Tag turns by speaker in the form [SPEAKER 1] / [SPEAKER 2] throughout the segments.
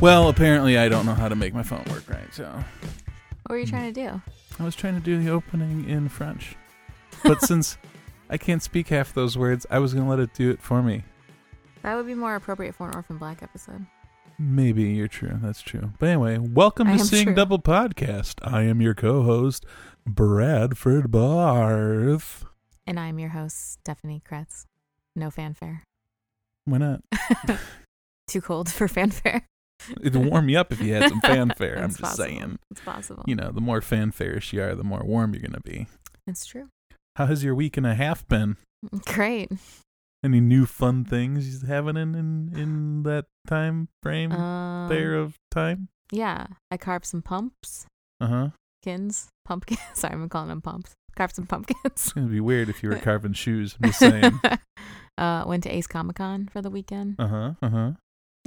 [SPEAKER 1] Well, apparently I don't know how to make my phone work right, so
[SPEAKER 2] What were you trying to do?
[SPEAKER 1] I was trying to do the opening in French. But since I can't speak half those words, I was going to let it do it for me.
[SPEAKER 2] That would be more appropriate for an Orphan Black episode.
[SPEAKER 1] Maybe you're true. That's true. But anyway, welcome
[SPEAKER 2] I
[SPEAKER 1] to
[SPEAKER 2] am
[SPEAKER 1] Seeing
[SPEAKER 2] true.
[SPEAKER 1] Double Podcast. I am your co host, Bradford Barth.
[SPEAKER 2] And I'm your host, Stephanie Kretz. No fanfare.
[SPEAKER 1] Why not?
[SPEAKER 2] Too cold for fanfare.
[SPEAKER 1] It'd warm you up if you had some fanfare. I'm
[SPEAKER 2] It's
[SPEAKER 1] just
[SPEAKER 2] possible.
[SPEAKER 1] saying.
[SPEAKER 2] It's possible.
[SPEAKER 1] You know, the more fanfarish you are, the more warm you're going to be.
[SPEAKER 2] It's true.
[SPEAKER 1] How has your week and a half been?
[SPEAKER 2] Great.
[SPEAKER 1] Any new fun things you having in, in, in that time frame
[SPEAKER 2] Um,
[SPEAKER 1] there of time?
[SPEAKER 2] yeah, I carved some pumpkins.
[SPEAKER 1] Uh huh.
[SPEAKER 2] Pumpkins. Sorry, I'm calling them pumps. Carved some pumpkins.
[SPEAKER 1] It's gonna be weird if you were carving shoes. I'm just saying.
[SPEAKER 2] uh, went to Ace Comic Con for the weekend.
[SPEAKER 1] Uh huh. Uh huh.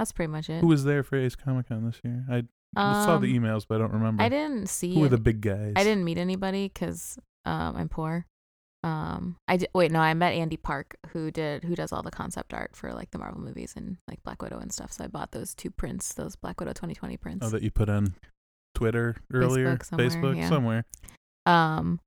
[SPEAKER 2] That's pretty much it.
[SPEAKER 1] Who was there for Ace Comic Con this year? I saw the
[SPEAKER 2] Um,
[SPEAKER 1] emails, but I don't remember.
[SPEAKER 2] I didn't see.
[SPEAKER 1] Who were the
[SPEAKER 2] any-
[SPEAKER 1] big guys?
[SPEAKER 2] I didn't meet anybody because um, I'm poor. Um, I di- wait, no, I met Andy Park, who did who does all the concept art for like the Marvel movies and like Black Widow and stuff. So I bought those two prints, those Black Widow 2020 prints.
[SPEAKER 1] Oh, that you put on Twitter earlier,
[SPEAKER 2] Facebook somewhere, yeah.
[SPEAKER 1] somewhere.
[SPEAKER 2] um,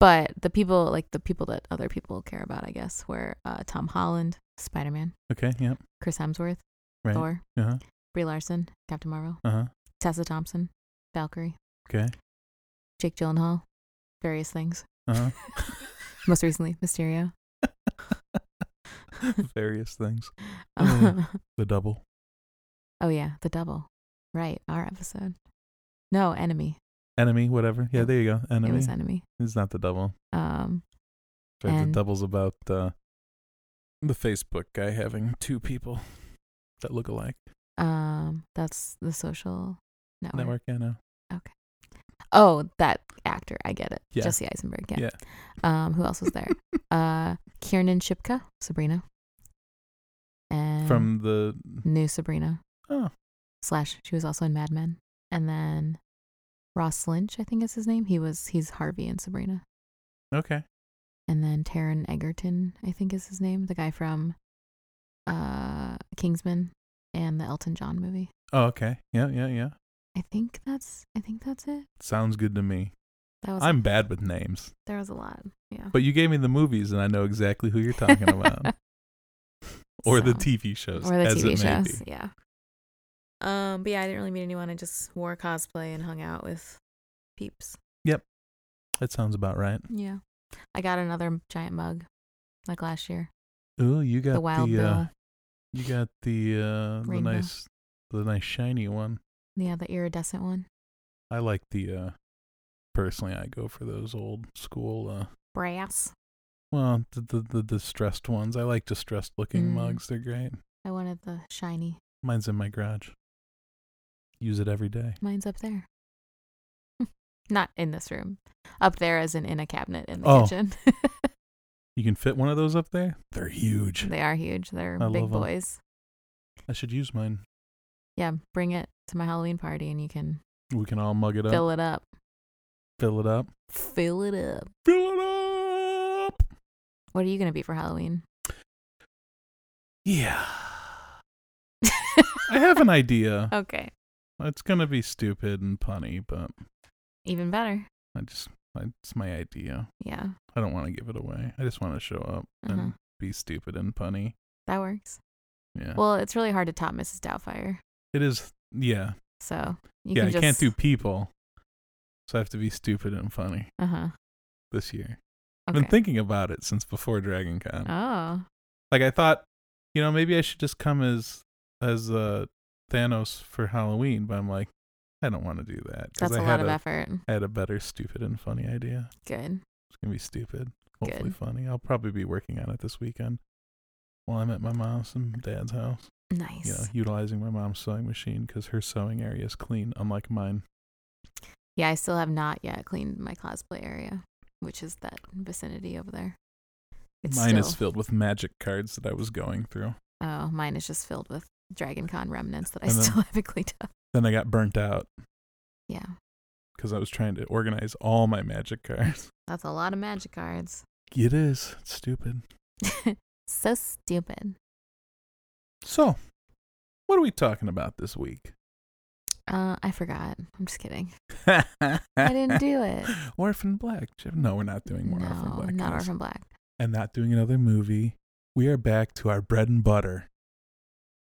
[SPEAKER 2] but the people like the people that other people care about, I guess, were uh, Tom Holland, Spider Man,
[SPEAKER 1] Okay. Yep.
[SPEAKER 2] Chris Hemsworth,
[SPEAKER 1] Right.
[SPEAKER 2] Thor,
[SPEAKER 1] Uh huh.
[SPEAKER 2] Brie Larson, Captain Marvel,
[SPEAKER 1] Uh huh.
[SPEAKER 2] Tessa Thompson, Valkyrie,
[SPEAKER 1] Okay.
[SPEAKER 2] Jake Gyllenhaal, various things.
[SPEAKER 1] Uh
[SPEAKER 2] Most recently, Mysterio.
[SPEAKER 1] huh. Various things.
[SPEAKER 2] Uh,
[SPEAKER 1] Mm. The double.
[SPEAKER 2] Oh yeah, the double. Right, our episode. No, enemy.
[SPEAKER 1] Enemy, whatever. Yeah, there you go. Enemy.
[SPEAKER 2] It was enemy.
[SPEAKER 1] it's not the double.
[SPEAKER 2] Um,
[SPEAKER 1] In fact, the
[SPEAKER 2] And-
[SPEAKER 1] double's about uh, the Facebook guy having two people that look alike.
[SPEAKER 2] um, that's the social network.
[SPEAKER 1] Network, I know.
[SPEAKER 2] Oh, that actor. I get it.
[SPEAKER 1] Yeah.
[SPEAKER 2] Jesse Eisenberg. Yeah.
[SPEAKER 1] Yeah.
[SPEAKER 2] Um, who else was there? uh, Kiernan Shipka, Sabrina, and
[SPEAKER 1] From the
[SPEAKER 2] new Sabrina
[SPEAKER 1] oh
[SPEAKER 2] slash she was also in Mad Men, and then Ross Lynch, I think is his name. He was he's Harvey in Sabrina.
[SPEAKER 1] okay.
[SPEAKER 2] and then Taron Egerton, I think is his name, the guy from uh Kingsman and the Elton John movie.
[SPEAKER 1] Oh, okay. Yeah, yeah, yeah.
[SPEAKER 2] I think that's I think that's it.
[SPEAKER 1] Sounds good to me.
[SPEAKER 2] That was
[SPEAKER 1] I'm bad with names,
[SPEAKER 2] there was a lot. Yeah.
[SPEAKER 1] but you gave me the movies, and I know exactly who you're talking about, or the
[SPEAKER 2] So,
[SPEAKER 1] TV shows,
[SPEAKER 2] or the
[SPEAKER 1] as
[SPEAKER 2] TV
[SPEAKER 1] it may
[SPEAKER 2] shows.
[SPEAKER 1] be.
[SPEAKER 2] Yeah. Um but yeah, I didn't really meet anyone. I just wore cosplay and hung out with peeps.
[SPEAKER 1] That sounds about right.
[SPEAKER 2] Yeah. I got another giant mug like last year.
[SPEAKER 1] Ooh, you got
[SPEAKER 2] the wild bill.
[SPEAKER 1] uh, you got the uh, the
[SPEAKER 2] Rainbow.
[SPEAKER 1] nice, the nice shiny one.
[SPEAKER 2] Yeah, the iridescent one.
[SPEAKER 1] I like the. uh Personally, I go for those old school. uh
[SPEAKER 2] Brass.
[SPEAKER 1] Well, the the, the distressed ones. I like distressed looking
[SPEAKER 2] Mm.
[SPEAKER 1] mugs. They're great.
[SPEAKER 2] I wanted the shiny.
[SPEAKER 1] Mine's in my garage. Use it every day.
[SPEAKER 2] Mine's up there. Not in this room. Up there as in in a cabinet in the
[SPEAKER 1] Oh.
[SPEAKER 2] kitchen.
[SPEAKER 1] You can fit one of those up there. They're huge.
[SPEAKER 2] they are huge. They're
[SPEAKER 1] I
[SPEAKER 2] big
[SPEAKER 1] love 'em.
[SPEAKER 2] boys.
[SPEAKER 1] I should use mine.
[SPEAKER 2] Yeah, bring it to my Halloween party and you can
[SPEAKER 1] We can all mug it up.
[SPEAKER 2] fill it up.
[SPEAKER 1] fill it up.
[SPEAKER 2] Fill it up.
[SPEAKER 1] Fill it up.
[SPEAKER 2] What are you going to be for Halloween?
[SPEAKER 1] Yeah. I have an idea.
[SPEAKER 2] Okay.
[SPEAKER 1] It's gonna be stupid and punny, but
[SPEAKER 2] Even better.
[SPEAKER 1] I just I, it's my idea.
[SPEAKER 2] Yeah,
[SPEAKER 1] I don't want to give it away. I just want to show up
[SPEAKER 2] Uh-huh.
[SPEAKER 1] and be stupid and punny.
[SPEAKER 2] that works.
[SPEAKER 1] Yeah.
[SPEAKER 2] Well, it's really hard to top Mrs. Doubtfire.
[SPEAKER 1] it is. Yeah.
[SPEAKER 2] So you
[SPEAKER 1] yeah.
[SPEAKER 2] can
[SPEAKER 1] I
[SPEAKER 2] just.
[SPEAKER 1] can't do people, so I have to be stupid and funny
[SPEAKER 2] Uh huh.
[SPEAKER 1] this year. I've
[SPEAKER 2] Okay.
[SPEAKER 1] been thinking about it since before Dragon Con.
[SPEAKER 2] oh,
[SPEAKER 1] Like I thought, you know, maybe I should just come as as uh Thanos for Halloween, but I'm like, I don't want to do that
[SPEAKER 2] that's
[SPEAKER 1] I
[SPEAKER 2] a lot
[SPEAKER 1] had
[SPEAKER 2] of
[SPEAKER 1] a
[SPEAKER 2] effort.
[SPEAKER 1] I had a better stupid and funny idea.
[SPEAKER 2] Good.
[SPEAKER 1] It's gonna be stupid, hopefully
[SPEAKER 2] Good.
[SPEAKER 1] funny. I'll probably be working on it this weekend while I'm at my mom's and dad's house.
[SPEAKER 2] Nice.
[SPEAKER 1] You know, utilizing my mom's sewing machine because her sewing area is clean, unlike mine.
[SPEAKER 2] Yeah, I still have not yet cleaned my cosplay area, which is that vicinity over there. It's
[SPEAKER 1] Mine is
[SPEAKER 2] still-
[SPEAKER 1] filled with magic cards that I was going through.
[SPEAKER 2] Oh, mine is just filled with Dragon Con remnants that I
[SPEAKER 1] And then-
[SPEAKER 2] still haven't cleaned up.
[SPEAKER 1] Then I got burnt out
[SPEAKER 2] Yeah,
[SPEAKER 1] because I was trying to organize all my magic cards.
[SPEAKER 2] that's a lot of magic cards.
[SPEAKER 1] It is. It's stupid.
[SPEAKER 2] so stupid.
[SPEAKER 1] So, what are we talking about this week?
[SPEAKER 2] Uh, I forgot. I'm just kidding. I didn't do it.
[SPEAKER 1] Orphan Black. No, we're not doing more
[SPEAKER 2] no,
[SPEAKER 1] Orphan Black.
[SPEAKER 2] not
[SPEAKER 1] guys.
[SPEAKER 2] Orphan Black.
[SPEAKER 1] and not doing another movie. We are back to our bread and butter,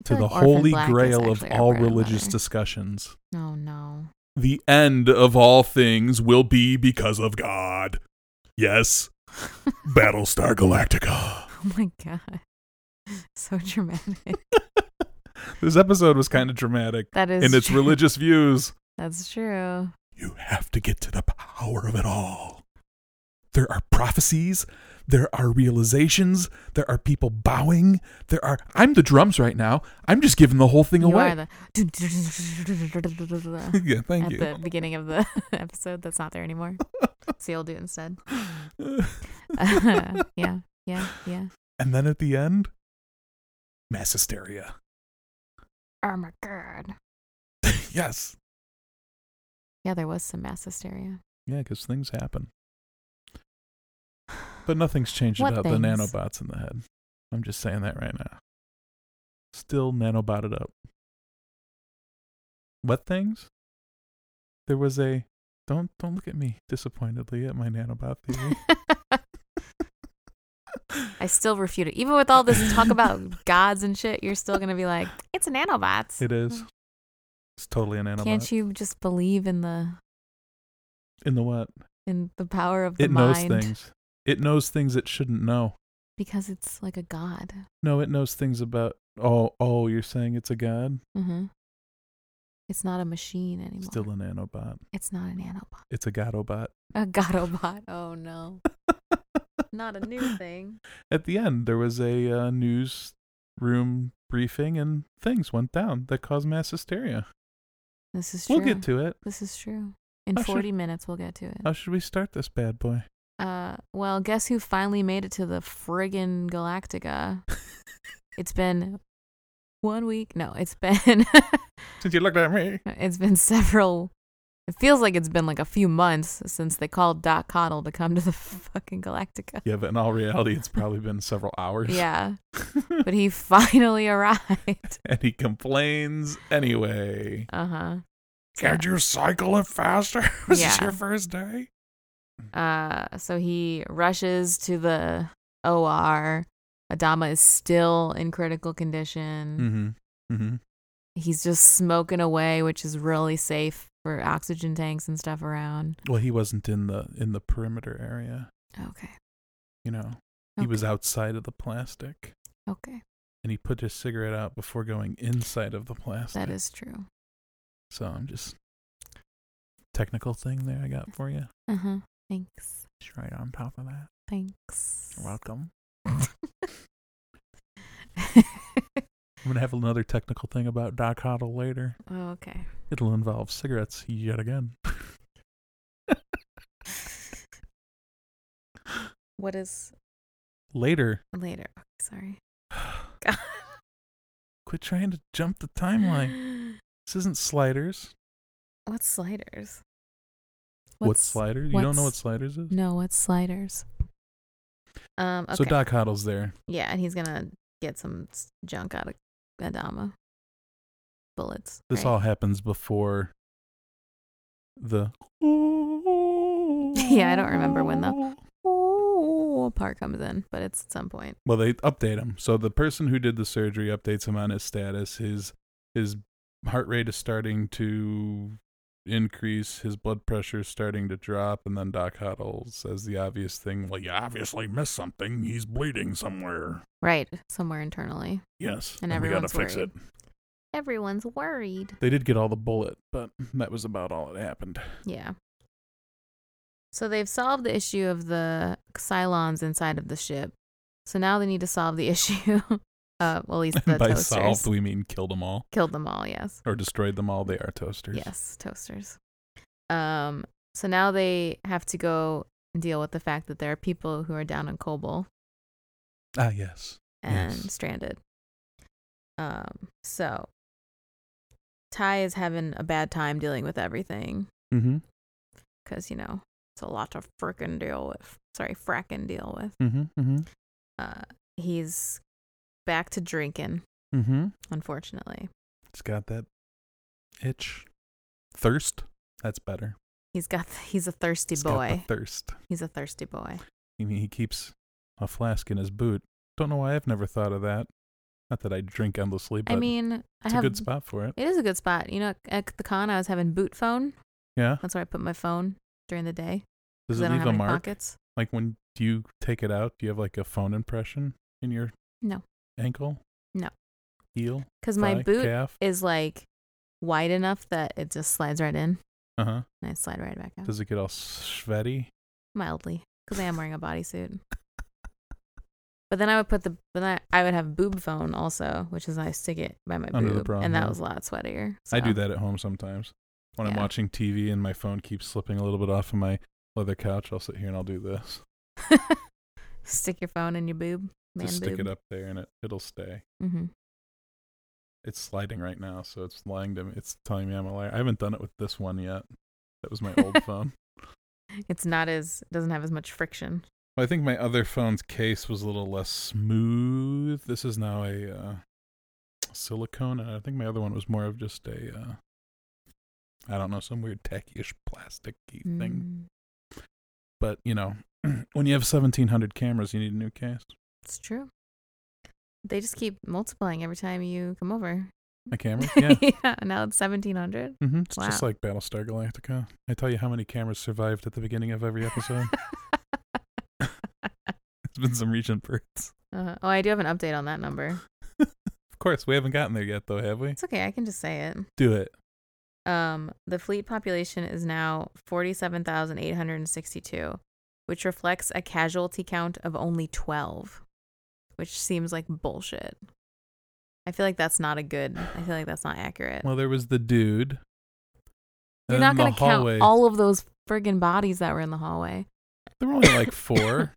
[SPEAKER 2] I
[SPEAKER 1] to
[SPEAKER 2] feel
[SPEAKER 1] the
[SPEAKER 2] like Orphan
[SPEAKER 1] holy
[SPEAKER 2] Black is
[SPEAKER 1] grail of
[SPEAKER 2] actually our
[SPEAKER 1] all
[SPEAKER 2] bread and
[SPEAKER 1] religious
[SPEAKER 2] butter.
[SPEAKER 1] discussions.
[SPEAKER 2] No, no.
[SPEAKER 1] The end of all things will be because of God. Yes, Battlestar Galactica.
[SPEAKER 2] Oh my god. So dramatic.
[SPEAKER 1] This episode was kind of dramatic
[SPEAKER 2] That is
[SPEAKER 1] in its
[SPEAKER 2] true.
[SPEAKER 1] religious views.
[SPEAKER 2] That's true.
[SPEAKER 1] You have to get to the power of it all. There are prophecies, there are realizations, there are people bowing, there are I'm the drums right now. I'm just giving the whole thing
[SPEAKER 2] you
[SPEAKER 1] away.
[SPEAKER 2] are the
[SPEAKER 1] yeah, thank
[SPEAKER 2] at
[SPEAKER 1] you.
[SPEAKER 2] the beginning of the episode that's not there anymore. So you'll do it instead. yeah, yeah, yeah.
[SPEAKER 1] and then at the end, mass hysteria.
[SPEAKER 2] Oh my god.
[SPEAKER 1] yes.
[SPEAKER 2] Yeah, there was some mass hysteria.
[SPEAKER 1] Yeah, because things happen. But nothing's changed
[SPEAKER 2] What
[SPEAKER 1] about
[SPEAKER 2] things?
[SPEAKER 1] the nanobots in the head. I'm just saying that right now. Still nanobotted up. What things? There was a don't don't look at me disappointedly at my nanobot theory. Mm-hmm.
[SPEAKER 2] I still refute it. Even with all this talk about gods and shit, you're still gonna be like, it's nanobots.
[SPEAKER 1] it is. It's totally a nanobot.
[SPEAKER 2] Can't you just believe in the
[SPEAKER 1] in the what?
[SPEAKER 2] in the power of the
[SPEAKER 1] It
[SPEAKER 2] mind?
[SPEAKER 1] knows things. It knows things it shouldn't know.
[SPEAKER 2] Because it's like a god.
[SPEAKER 1] No, it knows things about. Oh, oh, you're saying it's a god?
[SPEAKER 2] Mm-hmm. It's not a machine anymore.
[SPEAKER 1] Still a nanobot.
[SPEAKER 2] It's not a nanobot.
[SPEAKER 1] It's a godobot.
[SPEAKER 2] A godobot. Oh no. Not a new thing.
[SPEAKER 1] At the end, there was a uh, newsroom briefing, and things went down that caused mass hysteria.
[SPEAKER 2] This is true.
[SPEAKER 1] We'll get to it.
[SPEAKER 2] this is true. In
[SPEAKER 1] Oh, sure.
[SPEAKER 2] 40 minutes, we'll get to it.
[SPEAKER 1] How should we start this bad boy?
[SPEAKER 2] Uh, well, guess who finally made it to the friggin' Galactica? it's been one week. No, it's been
[SPEAKER 1] Since you looked at me,
[SPEAKER 2] it's been several. It feels like it's been like a few months since they called Doc Connell to come to the fucking Galactica.
[SPEAKER 1] yeah, but in all reality, it's probably been several hours.
[SPEAKER 2] Yeah, but he finally arrived.
[SPEAKER 1] and he complains anyway.
[SPEAKER 2] Uh huh.
[SPEAKER 1] you cycle it faster?
[SPEAKER 2] Yeah.
[SPEAKER 1] first day?
[SPEAKER 2] Uh, so he rushes to the OR. Adama is still in critical condition.
[SPEAKER 1] Mm-hmm. Mm-hmm.
[SPEAKER 2] He's just smoking away, which is really safe for oxygen tanks and stuff around.
[SPEAKER 1] Well, he wasn't in the in the perimeter area.
[SPEAKER 2] Okay.
[SPEAKER 1] You know, he was outside of the plastic.
[SPEAKER 2] Okay.
[SPEAKER 1] and he put his cigarette out before going inside of the plastic.
[SPEAKER 2] That is true.
[SPEAKER 1] so. I'm just technical thing there I got for you.
[SPEAKER 2] Uh huh. Thanks.
[SPEAKER 1] Just right on top of that.
[SPEAKER 2] Thanks.
[SPEAKER 1] You're welcome. I'm gonna have another technical thing about Doc Hoddle later.
[SPEAKER 2] Oh, okay.
[SPEAKER 1] It'll involve cigarettes yet again.
[SPEAKER 2] What is
[SPEAKER 1] Later.
[SPEAKER 2] later? Okay, sorry.
[SPEAKER 1] Quit trying to jump the timeline. This isn't sliders.
[SPEAKER 2] What's sliders?
[SPEAKER 1] What's sliders? You don't know what
[SPEAKER 2] what's-
[SPEAKER 1] sliders is?
[SPEAKER 2] No, what's sliders? Um. Okay.
[SPEAKER 1] So Doc Hoddle's there.
[SPEAKER 2] Yeah, and he's gonna get some s- junk out of Adama. Bullets.
[SPEAKER 1] This
[SPEAKER 2] right?
[SPEAKER 1] all happens before the
[SPEAKER 2] Yeah, I don't remember when the- Ooh, part comes in, but it's at some point.
[SPEAKER 1] Well, they update him. So the person who did the surgery updates him on his status. His his heart rate is starting to increase. His blood pressure is starting to drop. And then Doc Huddle says the obvious thing: "Well, you obviously missed something. He's bleeding somewhere."
[SPEAKER 2] Right, somewhere internally.
[SPEAKER 1] Yes,
[SPEAKER 2] And
[SPEAKER 1] we gotta
[SPEAKER 2] everyone's
[SPEAKER 1] fix
[SPEAKER 2] worried.
[SPEAKER 1] it.
[SPEAKER 2] Everyone's worried.
[SPEAKER 1] They did get all the bullet, but that was about all that happened.
[SPEAKER 2] Yeah. So they've solved the issue of the Cylons inside of the ship. So now they need to solve the issue. uh, well, at least the
[SPEAKER 1] And by
[SPEAKER 2] toasters
[SPEAKER 1] solved, we mean killed them all
[SPEAKER 2] killed them all. Yes.
[SPEAKER 1] or destroyed them all. They are toasters.
[SPEAKER 2] Yes, toasters. Um, so now they have to go and deal with the fact that there are people who are down in Kobol
[SPEAKER 1] Ah, yes.
[SPEAKER 2] and
[SPEAKER 1] Yes.
[SPEAKER 2] stranded. Um, so Ty is having a bad time dealing with everything
[SPEAKER 1] Mm-hmm.
[SPEAKER 2] because you know it's a lot to frickin' deal with. Sorry, frackin' deal with.
[SPEAKER 1] Mm-hmm. Mm-hmm.
[SPEAKER 2] Uh, he's back to drinking,
[SPEAKER 1] Mm-hmm.
[SPEAKER 2] unfortunately.
[SPEAKER 1] It's got that itch, thirst. That's better.
[SPEAKER 2] He's got he's a thirsty
[SPEAKER 1] It's got the
[SPEAKER 2] boy.
[SPEAKER 1] thirst.
[SPEAKER 2] he's a thirsty boy.
[SPEAKER 1] I mean, he keeps a flask in his boot. Don't know why I've never thought of that. Not that I drink endlessly, but
[SPEAKER 2] I mean, I
[SPEAKER 1] it's
[SPEAKER 2] have
[SPEAKER 1] a good spot for it.
[SPEAKER 2] it is a good spot. You know, at the con I was having boot phone.
[SPEAKER 1] Yeah.
[SPEAKER 2] That's where I put my phone during the day
[SPEAKER 1] Does
[SPEAKER 2] because I
[SPEAKER 1] it
[SPEAKER 2] don't
[SPEAKER 1] leave
[SPEAKER 2] have
[SPEAKER 1] a
[SPEAKER 2] any
[SPEAKER 1] mark?
[SPEAKER 2] pockets.
[SPEAKER 1] Like when do you take it out? Do you have like a phone impression in your
[SPEAKER 2] No.
[SPEAKER 1] ankle?
[SPEAKER 2] No.
[SPEAKER 1] Heel?
[SPEAKER 2] Because my
[SPEAKER 1] thigh,
[SPEAKER 2] boot
[SPEAKER 1] calf.
[SPEAKER 2] is like wide enough that it just slides right in
[SPEAKER 1] Uh huh.
[SPEAKER 2] and I slide right back out
[SPEAKER 1] Does it get all sweaty?
[SPEAKER 2] mildly because I am wearing a bodysuit. But then I would put the but then I, I would have boob phone also, which is I stick it by my
[SPEAKER 1] Under the
[SPEAKER 2] boob,
[SPEAKER 1] bra,
[SPEAKER 2] and
[SPEAKER 1] yeah.
[SPEAKER 2] that was a lot sweatier.
[SPEAKER 1] I do
[SPEAKER 2] so.
[SPEAKER 1] that at home sometimes. When I'm
[SPEAKER 2] Yeah.
[SPEAKER 1] watching TV and my phone keeps slipping a little bit off of my leather couch, I'll sit here and I'll do this.
[SPEAKER 2] stick your phone in your boob, man
[SPEAKER 1] Just stick
[SPEAKER 2] boob.
[SPEAKER 1] it up there and it, it'll stay.
[SPEAKER 2] hmm
[SPEAKER 1] It's sliding right now, so it's lying to me. It's telling me I'm a liar. I haven't done it with this one yet. That was my old phone.
[SPEAKER 2] It's not as doesn't have as much friction.
[SPEAKER 1] Well, I think my other phone's case was a little less smooth. This is now a uh, silicone, and I think my other one was more of just a, uh, I don't know, some weird tacky-ish plasticky thing.
[SPEAKER 2] Mm,
[SPEAKER 1] But you know, when you have seventeen hundred cameras, you need a new case.
[SPEAKER 2] it's true. They just keep multiplying every time you come over.
[SPEAKER 1] A camera, yeah.
[SPEAKER 2] Now it's seventeen hundred.
[SPEAKER 1] hmm It's just
[SPEAKER 2] Wow.
[SPEAKER 1] like Battlestar Galactica. I tell you how many cameras survived at the beginning of every episode. it's been some reaching birds.
[SPEAKER 2] Uh, oh, I do have an update on that number.
[SPEAKER 1] Of course, we haven't gotten there yet, though, have we?
[SPEAKER 2] It's okay. I can just say it.
[SPEAKER 1] Do it.
[SPEAKER 2] Um, the fleet population is now 47,862, which reflects a casualty count of only 12, which seems like bullshit. I feel like that's not a good, I feel like that's not accurate.
[SPEAKER 1] Well, there was the dude.
[SPEAKER 2] You're
[SPEAKER 1] and
[SPEAKER 2] not
[SPEAKER 1] then
[SPEAKER 2] going
[SPEAKER 1] the
[SPEAKER 2] to
[SPEAKER 1] hallway-
[SPEAKER 2] count all of those friggin' bodies that were in the hallway.
[SPEAKER 1] There were only like four,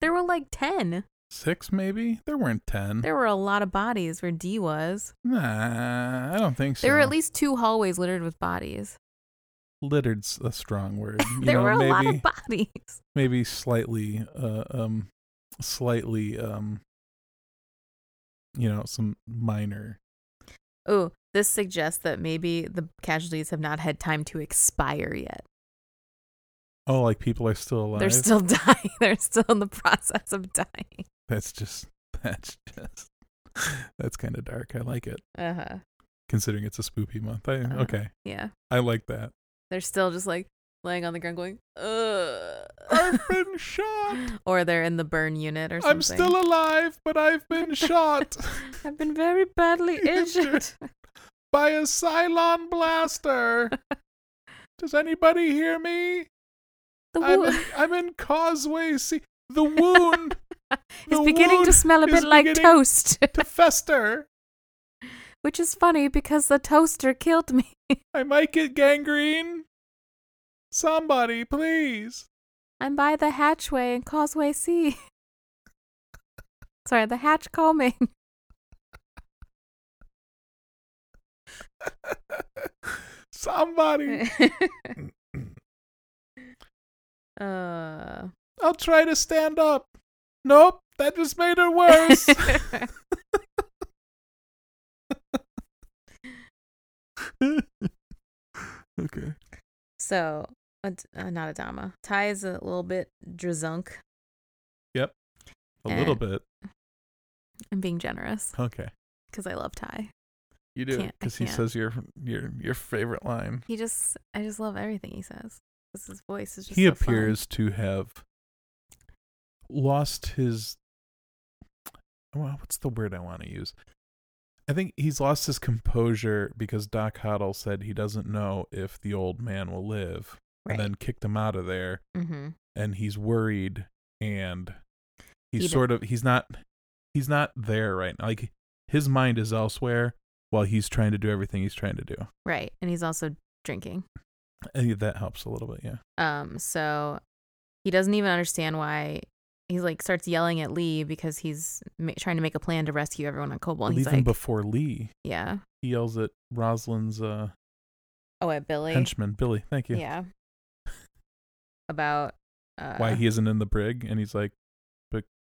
[SPEAKER 2] There were like 10.
[SPEAKER 1] six maybe. There weren't ten.
[SPEAKER 2] There were a lot of bodies where D was.
[SPEAKER 1] nah, I don't think so.
[SPEAKER 2] There were at least two hallways littered with bodies.
[SPEAKER 1] littered's a strong word. You
[SPEAKER 2] there
[SPEAKER 1] know,
[SPEAKER 2] were a
[SPEAKER 1] maybe
[SPEAKER 2] lot of bodies.
[SPEAKER 1] maybe slightly, uh, um, slightly, um, you know, some minor.
[SPEAKER 2] Oh, this suggests that maybe the casualties have not had time to expire yet.
[SPEAKER 1] Oh, like people are still alive.
[SPEAKER 2] They're still dying. They're still in the process of dying.
[SPEAKER 1] that's just that's just that's kind of dark. I like it
[SPEAKER 2] Uh huh.
[SPEAKER 1] considering it's a spoopy month. I,
[SPEAKER 2] Uh-huh.
[SPEAKER 1] okay,
[SPEAKER 2] Yeah.
[SPEAKER 1] I like that.
[SPEAKER 2] They're still just like laying on the ground going, ugh.
[SPEAKER 1] I've been shot.
[SPEAKER 2] or they're in the burn unit or something.
[SPEAKER 1] I'm still alive, but I've been shot.
[SPEAKER 2] I've been very badly injured.
[SPEAKER 1] by a Cylon blaster. Does anybody hear me?
[SPEAKER 2] The
[SPEAKER 1] I'm
[SPEAKER 2] wo-
[SPEAKER 1] in, I'm in Causeway Sea. The wound
[SPEAKER 2] it's
[SPEAKER 1] the
[SPEAKER 2] beginning to
[SPEAKER 1] wound
[SPEAKER 2] smell a
[SPEAKER 1] is
[SPEAKER 2] bit like
[SPEAKER 1] beginning-
[SPEAKER 2] toast,
[SPEAKER 1] to fester.
[SPEAKER 2] which is funny because the toaster killed me.
[SPEAKER 1] I might get gangrene. Somebody, please.
[SPEAKER 2] I'm by the hatchway in Causeway C. Sorry, the hatch combing.
[SPEAKER 1] Somebody.
[SPEAKER 2] uh.
[SPEAKER 1] I'll try to stand up. Nope, that just made it worse. okay.
[SPEAKER 2] so, Ad- uh, not Adama. Ty is a little bit drizunk.
[SPEAKER 1] A
[SPEAKER 2] Eh.
[SPEAKER 1] little bit.
[SPEAKER 2] I'm being generous
[SPEAKER 1] Okay.
[SPEAKER 2] because I love Ty.
[SPEAKER 1] You do
[SPEAKER 2] Can't- I
[SPEAKER 1] because he
[SPEAKER 2] can't.
[SPEAKER 1] says your your your favorite line.
[SPEAKER 2] He just, I just love everything he says. 'Cause His voice is just.
[SPEAKER 1] he
[SPEAKER 2] so fun.
[SPEAKER 1] appears to have lost his well, what's the word I want to use? I think he's lost his composure because Doc Hoddle said he doesn't know if the old man will live
[SPEAKER 2] Right.
[SPEAKER 1] and then kicked him out of there
[SPEAKER 2] mm-hmm.
[SPEAKER 1] and he's worried and he's
[SPEAKER 2] He d-
[SPEAKER 1] sort of he's not he's not there right now. Like his mind is elsewhere while he's trying to do everything he's trying to do.
[SPEAKER 2] Right, and he's also drinking.
[SPEAKER 1] I think that helps a little bit, yeah.
[SPEAKER 2] Um, so he doesn't even understand why he's like starts yelling at Lee because he's ma- trying to make a plan to rescue everyone on Cobalt.
[SPEAKER 1] Well,
[SPEAKER 2] And he's
[SPEAKER 1] even
[SPEAKER 2] like,
[SPEAKER 1] before Lee,
[SPEAKER 2] yeah.
[SPEAKER 1] he yells at Rosalind's uh,
[SPEAKER 2] Oh, at Billy.
[SPEAKER 1] henchman, Billy. Thank you.
[SPEAKER 2] Yeah. About uh,
[SPEAKER 1] Why he isn't in the brig, and he's like,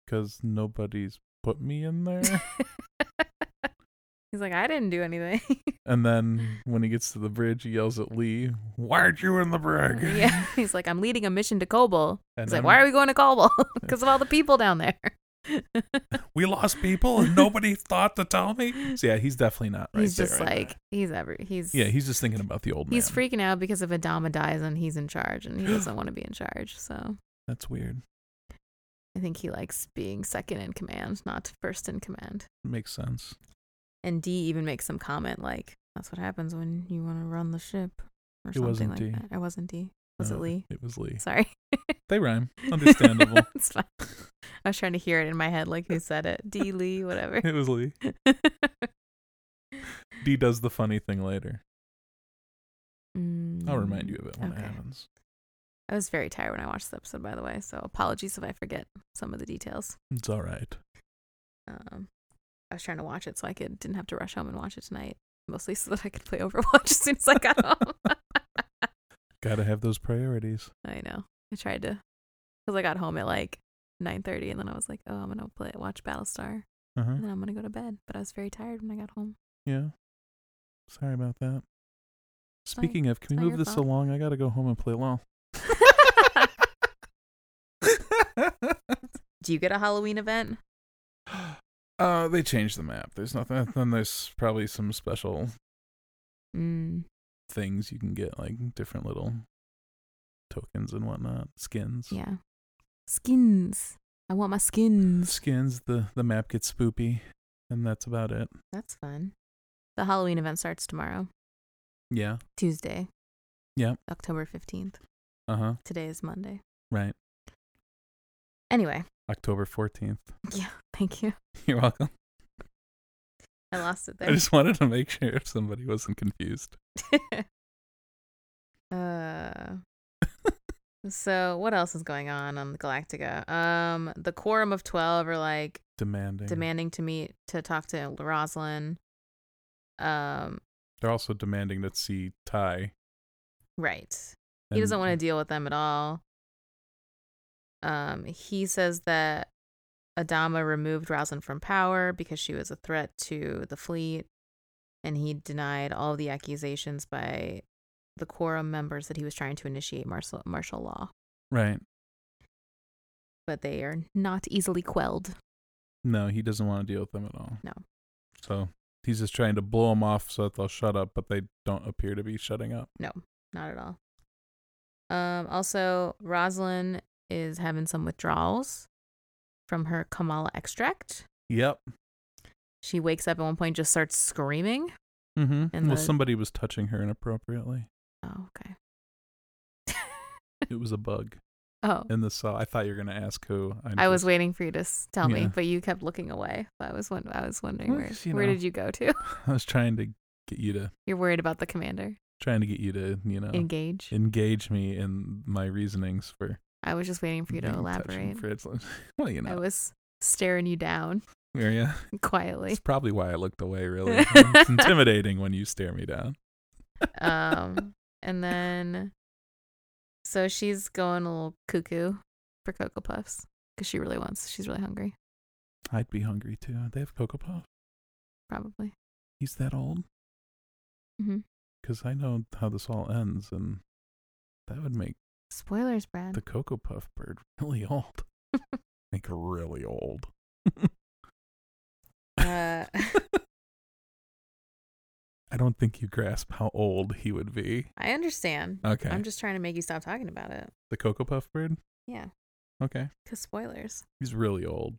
[SPEAKER 1] because nobody's put me in there.
[SPEAKER 2] he's like, I didn't do anything.
[SPEAKER 1] and then when he gets to the bridge, he yells at Lee, "Why aren't you in the brig?"
[SPEAKER 2] yeah. He's like, I'm leading a mission to Cobalt.
[SPEAKER 1] And
[SPEAKER 2] He's like,
[SPEAKER 1] I'm-
[SPEAKER 2] why are we going to Cobalt? Because of all the people down there.
[SPEAKER 1] we lost people and nobody thought to tell me. So yeah, he's definitely not right
[SPEAKER 2] he's
[SPEAKER 1] there,
[SPEAKER 2] just
[SPEAKER 1] right
[SPEAKER 2] like
[SPEAKER 1] there.
[SPEAKER 2] he's ever he's
[SPEAKER 1] yeah, he's just thinking about the old man.
[SPEAKER 2] he's freaking out because if Adama dies and he's in charge and he doesn't want to be in charge. So
[SPEAKER 1] That's weird.
[SPEAKER 2] I think he likes being second in command, not first in command.
[SPEAKER 1] Makes sense.
[SPEAKER 2] And D even makes some comment like, "That's what happens when you want to run the ship." Or
[SPEAKER 1] It
[SPEAKER 2] something
[SPEAKER 1] wasn't
[SPEAKER 2] like
[SPEAKER 1] D.
[SPEAKER 2] that. It wasn't D. Was
[SPEAKER 1] Uh,
[SPEAKER 2] it Lee?
[SPEAKER 1] It was Lee.
[SPEAKER 2] Sorry.
[SPEAKER 1] They rhyme. Understandable.
[SPEAKER 2] it's fine. I was trying to hear it in my head, like who said it? D. Lee, whatever.
[SPEAKER 1] it was Lee. D does the funny thing later. I'll remind you of it when
[SPEAKER 2] Okay.
[SPEAKER 1] it
[SPEAKER 2] Mm.
[SPEAKER 1] happens.
[SPEAKER 2] I was very tired when I watched the episode, by the way, so apologies if I forget some of the details.
[SPEAKER 1] It's all right.
[SPEAKER 2] Um, I was trying to watch it so I could didn't have to rush home and watch it tonight, mostly so that I could play Overwatch as soon as I got home.
[SPEAKER 1] Gotta have those priorities.
[SPEAKER 2] I know. I tried to, because I got home at like nine thirty, and then I was like, oh, I'm gonna play watch Battlestar,
[SPEAKER 1] Uh-huh.
[SPEAKER 2] and then I'm gonna go to bed. But I was very tired when I got home.
[SPEAKER 1] Yeah. Sorry about that.
[SPEAKER 2] fine.
[SPEAKER 1] Speaking of, can
[SPEAKER 2] It's
[SPEAKER 1] we
[SPEAKER 2] not
[SPEAKER 1] move
[SPEAKER 2] your
[SPEAKER 1] this
[SPEAKER 2] fault.
[SPEAKER 1] along? I gotta go home and play LOL.
[SPEAKER 2] Do you get a Halloween event?
[SPEAKER 1] uh, they changed the map. There's nothing. Then there's probably some special
[SPEAKER 2] Mm,
[SPEAKER 1] things you can get, like different little tokens and whatnot, skins.
[SPEAKER 2] yeah. Skins. I want my skins.
[SPEAKER 1] Skins. The the map gets spoopy, and that's about it.
[SPEAKER 2] That's fun. The Halloween event starts tomorrow,
[SPEAKER 1] Yeah.
[SPEAKER 2] Tuesday.
[SPEAKER 1] Yep.
[SPEAKER 2] October 15th.
[SPEAKER 1] Uh huh.
[SPEAKER 2] Today is Monday.
[SPEAKER 1] Right.
[SPEAKER 2] Anyway,
[SPEAKER 1] October fourteenth.
[SPEAKER 2] thank you.
[SPEAKER 1] You're welcome.
[SPEAKER 2] I lost it
[SPEAKER 1] I
[SPEAKER 2] there.
[SPEAKER 1] just wanted to make sure if somebody wasn't confused.
[SPEAKER 2] uh, so what else is going on on the Galactica? Um, the Quorum of 12 are like
[SPEAKER 1] Demanding.
[SPEAKER 2] demanding to meet to talk to Rosalyn. Um,
[SPEAKER 1] They're also demanding to see Ty.
[SPEAKER 2] right. He doesn't want to deal with them at all. Um, he says that Adama removed Roslyn from power because she was a threat to the fleet, and he denied all the accusations by the quorum members that he was trying to initiate martial martial law.
[SPEAKER 1] Right.
[SPEAKER 2] But they are not easily quelled.
[SPEAKER 1] No, he doesn't want to deal with them at all.
[SPEAKER 2] No.
[SPEAKER 1] So he's just trying to blow them off so that they'll shut up, but they don't appear to be shutting up.
[SPEAKER 2] Not at all. Um, also, Roslyn is having some withdrawals from her Kamala extract.
[SPEAKER 1] Yep.
[SPEAKER 2] She wakes up at one point, just starts screaming.
[SPEAKER 1] Mm-hmm.
[SPEAKER 2] And
[SPEAKER 1] well,
[SPEAKER 2] the-
[SPEAKER 1] somebody was touching her inappropriately.
[SPEAKER 2] Oh, okay.
[SPEAKER 1] It was a bug
[SPEAKER 2] Oh,
[SPEAKER 1] in the cell. I thought you were gonna ask who.
[SPEAKER 2] I was waiting for you to s- tell
[SPEAKER 1] Yeah.
[SPEAKER 2] me, but you kept looking away. So I was won- I was wondering
[SPEAKER 1] Well,
[SPEAKER 2] where
[SPEAKER 1] just, you
[SPEAKER 2] where
[SPEAKER 1] know.
[SPEAKER 2] did you go to?
[SPEAKER 1] I was trying to get you to
[SPEAKER 2] You're worried about the commander
[SPEAKER 1] trying to get you to you know
[SPEAKER 2] engage.
[SPEAKER 1] engage me in my reasonings for
[SPEAKER 2] I was just waiting for you to
[SPEAKER 1] being
[SPEAKER 2] elaborate.
[SPEAKER 1] touching Fritz. well, you
[SPEAKER 2] I
[SPEAKER 1] know,
[SPEAKER 2] was staring you down
[SPEAKER 1] were you?
[SPEAKER 2] quietly.
[SPEAKER 1] It's probably why I looked away. Really, it's intimidating when you stare me down.
[SPEAKER 2] um, and then so she's going a little cuckoo for cocoa puffs because she really wants. She's really hungry,
[SPEAKER 1] I'd be hungry too. They have cocoa puff.
[SPEAKER 2] probably.
[SPEAKER 1] He's that old.
[SPEAKER 2] hmm
[SPEAKER 1] because I know how this all ends, and that would make
[SPEAKER 2] Spoilers, Brad.
[SPEAKER 1] the Cocoa Puff bird really old. like really old.
[SPEAKER 2] Uh,
[SPEAKER 1] I don't think you grasp how old he would be.
[SPEAKER 2] I understand.
[SPEAKER 1] Okay,
[SPEAKER 2] I'm just trying to make you stop talking about it.
[SPEAKER 1] the Cocoa Puff bird.
[SPEAKER 2] Yeah,
[SPEAKER 1] Okay,
[SPEAKER 2] because spoilers.
[SPEAKER 1] he's really old.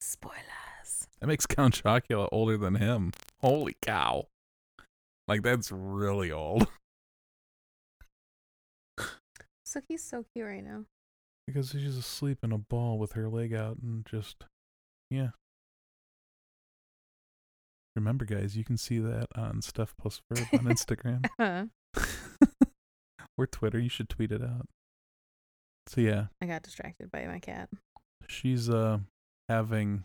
[SPEAKER 2] Spoilers.
[SPEAKER 1] That makes Count Chocula older than him. Holy cow! Like that's really old.
[SPEAKER 2] So he's so cute right now.
[SPEAKER 1] Because she's asleep in a ball with her leg out and just, yeah. Remember, guys, you can see that on Stuff Plus Verb on
[SPEAKER 2] Uh-huh.
[SPEAKER 1] Instagram.
[SPEAKER 2] Huh.
[SPEAKER 1] or Twitter. You should tweet it out. So yeah,
[SPEAKER 2] I got distracted by my cat.
[SPEAKER 1] she's uh having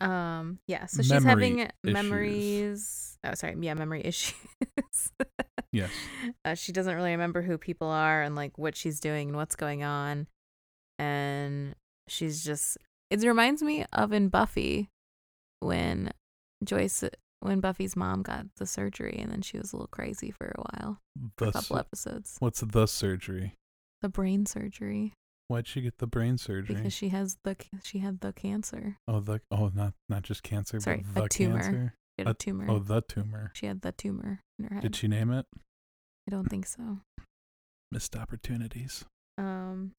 [SPEAKER 2] Um, yeah, so she's
[SPEAKER 1] Memory
[SPEAKER 2] having
[SPEAKER 1] issues.
[SPEAKER 2] memories. Oh, sorry. Yeah, memory issues.
[SPEAKER 1] Yes.
[SPEAKER 2] Uh, she doesn't really remember who people are and like what she's doing and what's going on. And she's just, it reminds me of in Buffy when Joyce, when Buffy's mom got the surgery and then she was a little crazy for a while,
[SPEAKER 1] the
[SPEAKER 2] a couple
[SPEAKER 1] su-
[SPEAKER 2] episodes.
[SPEAKER 1] what's the surgery?
[SPEAKER 2] The brain surgery
[SPEAKER 1] Why'd she get the brain surgery?
[SPEAKER 2] because she has the, ca- she had the cancer.
[SPEAKER 1] oh the oh not not just cancer,
[SPEAKER 2] Sorry, a
[SPEAKER 1] but the
[SPEAKER 2] tumor.
[SPEAKER 1] cancer.
[SPEAKER 2] She had a tumor.
[SPEAKER 1] Oh the tumor.
[SPEAKER 2] She had the tumor in her head.
[SPEAKER 1] Did she name it?
[SPEAKER 2] I don't think so.
[SPEAKER 1] Missed opportunities.
[SPEAKER 2] Um,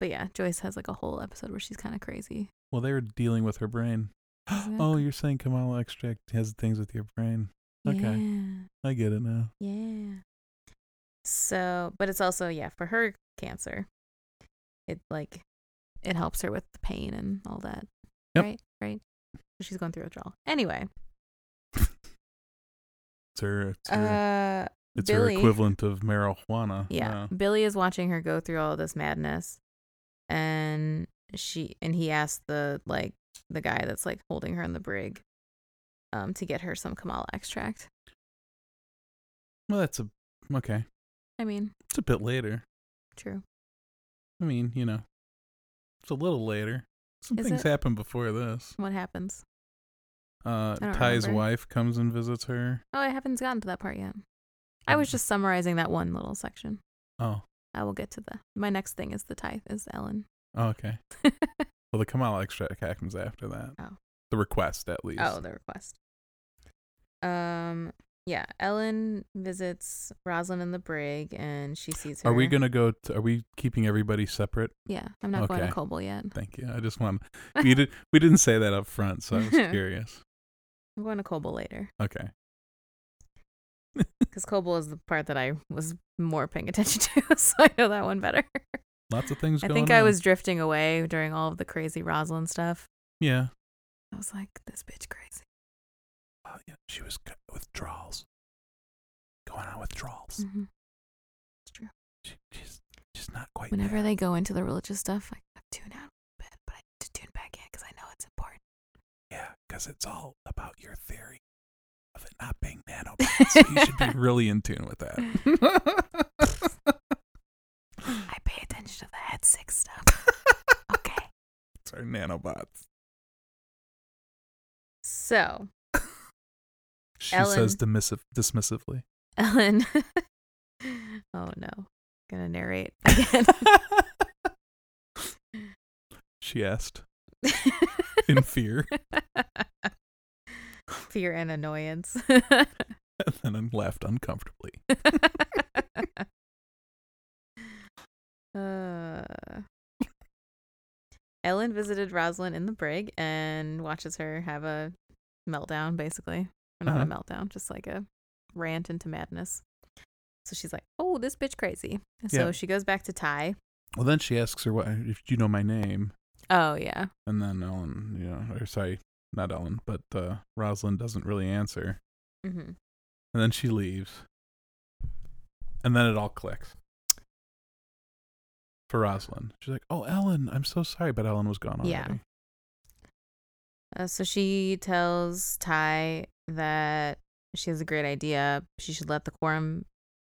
[SPEAKER 2] but yeah, Joyce has like a whole episode where she's kind of crazy.
[SPEAKER 1] Well, they were dealing with her brain. Oh,
[SPEAKER 2] Exactly.
[SPEAKER 1] you're saying Kamala extract has things with your brain. Okay. I get it now.
[SPEAKER 2] Yeah, yeah. So, but it's also yeah for her cancer. It like it helps her with the pain and all that.
[SPEAKER 1] Yep.
[SPEAKER 2] Right, right. She's going through withdrawal. Anyway,
[SPEAKER 1] It's her. It's her,
[SPEAKER 2] uh,
[SPEAKER 1] it's her
[SPEAKER 2] Billy-
[SPEAKER 1] equivalent of marijuana.
[SPEAKER 2] yeah,
[SPEAKER 1] now.
[SPEAKER 2] Billy is watching her go through all this madness, and she and he asked the like the guy that's like holding her in the brig, um, to get her some Kamala extract.
[SPEAKER 1] Well, that's a okay.
[SPEAKER 2] I mean,
[SPEAKER 1] It's a bit later.
[SPEAKER 2] true.
[SPEAKER 1] I mean, you know, it's a little later. Some
[SPEAKER 2] Is
[SPEAKER 1] things
[SPEAKER 2] it?
[SPEAKER 1] happen before this.
[SPEAKER 2] What happens?
[SPEAKER 1] Uh,
[SPEAKER 2] don't
[SPEAKER 1] Ty's
[SPEAKER 2] remember.
[SPEAKER 1] wife comes and visits her.
[SPEAKER 2] Oh, I haven't gotten to that part yet. I
[SPEAKER 1] Mm-hmm.
[SPEAKER 2] was just summarizing that one little section.
[SPEAKER 1] Oh,
[SPEAKER 2] I will get to the my next thing is the tithe is Ellen.
[SPEAKER 1] oh, okay. Well, the Kamala extract happens after that.
[SPEAKER 2] Oh.
[SPEAKER 1] The request, at least.
[SPEAKER 2] oh, the request. Um yeah, Ellen visits Rosalind in the brig and she sees her.
[SPEAKER 1] Are we gonna go? To, are we keeping everybody separate?
[SPEAKER 2] Yeah, I'm not going to
[SPEAKER 1] Okay.
[SPEAKER 2] Koble yet.
[SPEAKER 1] Thank you. I just want we did we didn't say that up front, so I was curious.
[SPEAKER 2] I'm going to Koble later
[SPEAKER 1] Okay.
[SPEAKER 2] cuz Koble is the part that I was more paying attention to, so I know that one better.
[SPEAKER 1] Lots of things.
[SPEAKER 2] I
[SPEAKER 1] going
[SPEAKER 2] think I
[SPEAKER 1] on.
[SPEAKER 2] was drifting away during all of the crazy Rosalind stuff.
[SPEAKER 1] Yeah.
[SPEAKER 2] I was like, this bitch crazy.
[SPEAKER 1] Well, Oh, yeah, she was g- withdrawals. Going on withdrawals.
[SPEAKER 2] Mhm.
[SPEAKER 1] She, she's she's not quite.
[SPEAKER 2] Whenever
[SPEAKER 1] there.
[SPEAKER 2] they go into the religious stuff, I I tune out a bit, but I need to tune back in because I know it's important.
[SPEAKER 1] Yeah, because it's all about your theory of it not being nanobots. you should be really in tune with that.
[SPEAKER 2] I pay attention to the head sick stuff. okay.
[SPEAKER 1] it's our nanobots.
[SPEAKER 2] So,
[SPEAKER 1] She
[SPEAKER 2] Ellen.
[SPEAKER 1] says dismissive, dismissively.
[SPEAKER 2] Ellen. oh no. Gonna narrate again.
[SPEAKER 1] She asked in fear
[SPEAKER 2] Fear and annoyance.
[SPEAKER 1] and then laughed uncomfortably.
[SPEAKER 2] uh, Ellen visited Rosalind in the brig and watches her have a meltdown, basically. Or not a meltdown, just like a rant into madness. So she's like, oh, this bitch crazy. And So
[SPEAKER 1] Yeah.
[SPEAKER 2] she goes back to Ty.
[SPEAKER 1] Well, then she asks her, "What if you know my name?"
[SPEAKER 2] Oh, yeah.
[SPEAKER 1] And then Ellen, you know, or sorry, not Ellen, but uh, Rosalind doesn't really answer.
[SPEAKER 2] hmm
[SPEAKER 1] And then she leaves. And then it all clicks. For Rosalind. She's like, Oh, Ellen, I'm so sorry, but Ellen was gone already.
[SPEAKER 2] Yeah. Uh, so she tells Ty that she has a great idea. She should let the quorum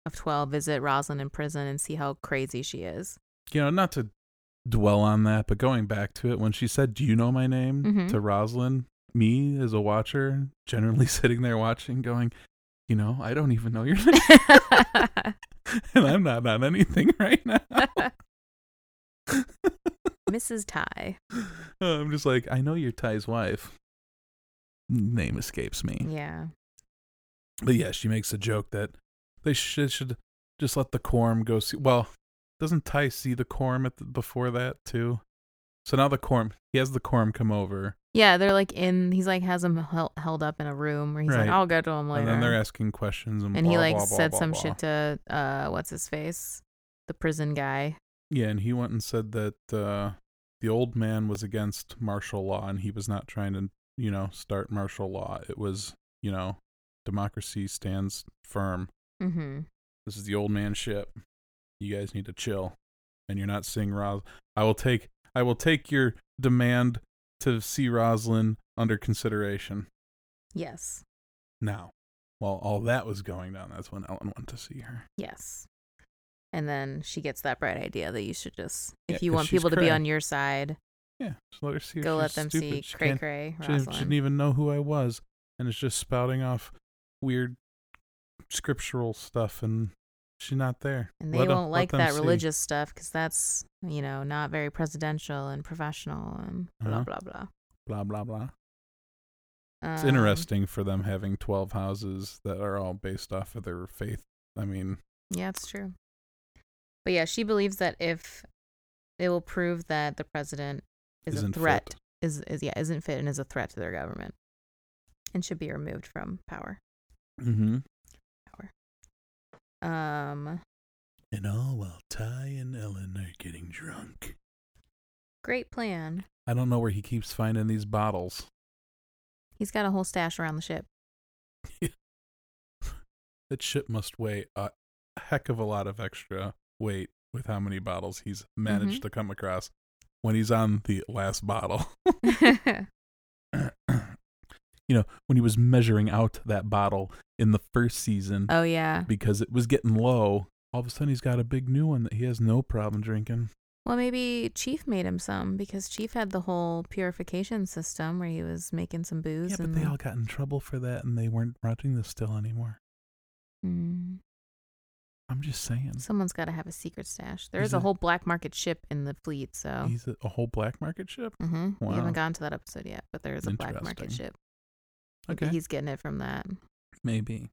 [SPEAKER 2] of 12 visit Rosalind in prison and see how crazy she is.
[SPEAKER 1] You know, not to dwell on that, but going back to it, when she said, Do you know my name
[SPEAKER 2] Mhm.
[SPEAKER 1] to Rosalind, me as a watcher, generally sitting there watching, going, You know, I don't even know your name, and I'm not on anything right now.
[SPEAKER 2] Mrs. Ty.
[SPEAKER 1] I'm just like, I know you're Ty's wife. Name escapes me.
[SPEAKER 2] Yeah.
[SPEAKER 1] But yeah, she makes a joke that they should, should just let the quorum go see. Well, doesn't Ty see the quorum at the, before that too? So now the quorum, he has the quorum come over,
[SPEAKER 2] Yeah, they're like in, he's like has him hel- held up in a room where he's
[SPEAKER 1] Right.
[SPEAKER 2] like, I'll go to him later.
[SPEAKER 1] and then they're asking questions, and,
[SPEAKER 2] And he
[SPEAKER 1] blah,
[SPEAKER 2] like
[SPEAKER 1] blah, blah,
[SPEAKER 2] said
[SPEAKER 1] blah,
[SPEAKER 2] some
[SPEAKER 1] blah.
[SPEAKER 2] shit to, uh, what's his face? The prison guy.
[SPEAKER 1] Yeah, and he went and said that uh, the old man was against martial law, and he was not trying to, you know, start martial law. It was, you know, democracy stands firm.
[SPEAKER 2] Mm hmm.
[SPEAKER 1] Mm-hmm. This is the old man ship. you guys need to chill, and you're not seeing Ros. I will take I will take your demand to see Roslyn under consideration.
[SPEAKER 2] Yes.
[SPEAKER 1] Now, while all that was going down, that's when Ellen went to see her.
[SPEAKER 2] Yes. And then she gets that bright idea that you should just,
[SPEAKER 1] Yeah,
[SPEAKER 2] if you
[SPEAKER 1] 'cause
[SPEAKER 2] want
[SPEAKER 1] she's
[SPEAKER 2] people to be
[SPEAKER 1] cray.
[SPEAKER 2] on your side,
[SPEAKER 1] Yeah, just let her see. her.
[SPEAKER 2] go let
[SPEAKER 1] She's
[SPEAKER 2] them
[SPEAKER 1] stupid.
[SPEAKER 2] see
[SPEAKER 1] She
[SPEAKER 2] cray
[SPEAKER 1] can't-
[SPEAKER 2] cray
[SPEAKER 1] She didn't, she didn't
[SPEAKER 2] Rosalind.
[SPEAKER 1] even know who I was, and it's just spouting off weird scriptural stuff, and she's not there.
[SPEAKER 2] And they
[SPEAKER 1] Let 'em-
[SPEAKER 2] won't
[SPEAKER 1] let
[SPEAKER 2] like
[SPEAKER 1] them
[SPEAKER 2] that
[SPEAKER 1] see.
[SPEAKER 2] religious stuff because that's, you know, not very presidential and professional and blah,
[SPEAKER 1] Uh-huh.
[SPEAKER 2] blah, blah.
[SPEAKER 1] Blah blah blah. It's
[SPEAKER 2] Um,
[SPEAKER 1] interesting for them having twelve houses that are all based off of their faith. I mean,
[SPEAKER 2] Yeah, it's true. But yeah, she believes that if it will prove that the president is
[SPEAKER 1] Isn't
[SPEAKER 2] a
[SPEAKER 1] fit.
[SPEAKER 2] threat, is is yeah, isn't fit and is a threat to their government, and should be removed from power.
[SPEAKER 1] mm-hmm.
[SPEAKER 2] Um,
[SPEAKER 1] and all while Ty and Ellen are getting drunk.
[SPEAKER 2] great plan.
[SPEAKER 1] I don't know where he keeps finding these bottles.
[SPEAKER 2] He's got a whole stash around the ship.
[SPEAKER 1] That ship must weigh a heck of a lot of extra weight with how many bottles he's managed
[SPEAKER 2] Mm-hmm.
[SPEAKER 1] to come across when he's on the last bottle. you know, when he was measuring out that bottle in the first season
[SPEAKER 2] oh yeah.
[SPEAKER 1] because it was getting low, all of a sudden he's got a big new one that he has no problem drinking.
[SPEAKER 2] Well, maybe Chief made him some because Chief had the whole purification system where he was making some booze.
[SPEAKER 1] Yeah, but
[SPEAKER 2] and
[SPEAKER 1] they all got in trouble for that and they weren't running this still anymore.
[SPEAKER 2] Mm.
[SPEAKER 1] I'm just saying.
[SPEAKER 2] someone's got to have a secret stash. There
[SPEAKER 1] Mm. Is
[SPEAKER 2] is a
[SPEAKER 1] it-
[SPEAKER 2] whole black market ship in the fleet, so
[SPEAKER 1] He's a, a whole black market ship.
[SPEAKER 2] hmm We
[SPEAKER 1] Wow.
[SPEAKER 2] haven't gotten to that episode yet, but there is a black market
[SPEAKER 1] Interesting.
[SPEAKER 2] ship. Maybe
[SPEAKER 1] Okay.
[SPEAKER 2] He's getting it from that.
[SPEAKER 1] Maybe.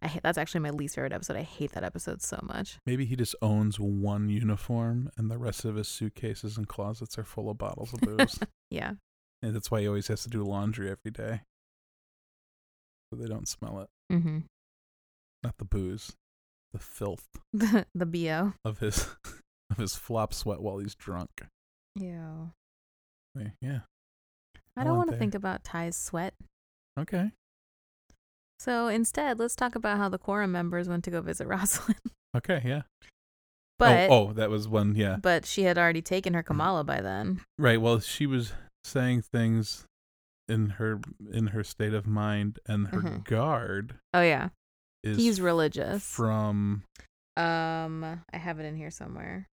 [SPEAKER 2] I hate, that's actually my least favorite episode. I hate that episode so much.
[SPEAKER 1] Maybe he just owns one uniform and the rest of his suitcases and closets are full of bottles of booze.
[SPEAKER 2] Yeah.
[SPEAKER 1] and that's why he always has to do laundry every day. So they don't smell it.
[SPEAKER 2] Mm-hmm.
[SPEAKER 1] Not the booze. The filth
[SPEAKER 2] The, the BO.
[SPEAKER 1] of his of his flop sweat while he's drunk.
[SPEAKER 2] Yeah.
[SPEAKER 1] Wait, Yeah.
[SPEAKER 2] I don't
[SPEAKER 1] want
[SPEAKER 2] want to
[SPEAKER 1] there.
[SPEAKER 2] think about Ty's sweat.
[SPEAKER 1] Okay.
[SPEAKER 2] So instead, let's talk about how the quorum members went to go visit Rosalind.
[SPEAKER 1] Okay, yeah.
[SPEAKER 2] But
[SPEAKER 1] oh, oh, that was one, yeah.
[SPEAKER 2] but she had already taken her Kamala by then.
[SPEAKER 1] Right. Well, she was saying things in her in her state of mind and her
[SPEAKER 2] Mhm.
[SPEAKER 1] guard
[SPEAKER 2] Oh yeah.
[SPEAKER 1] is
[SPEAKER 2] He's religious.
[SPEAKER 1] from
[SPEAKER 2] Um, I have it in here somewhere.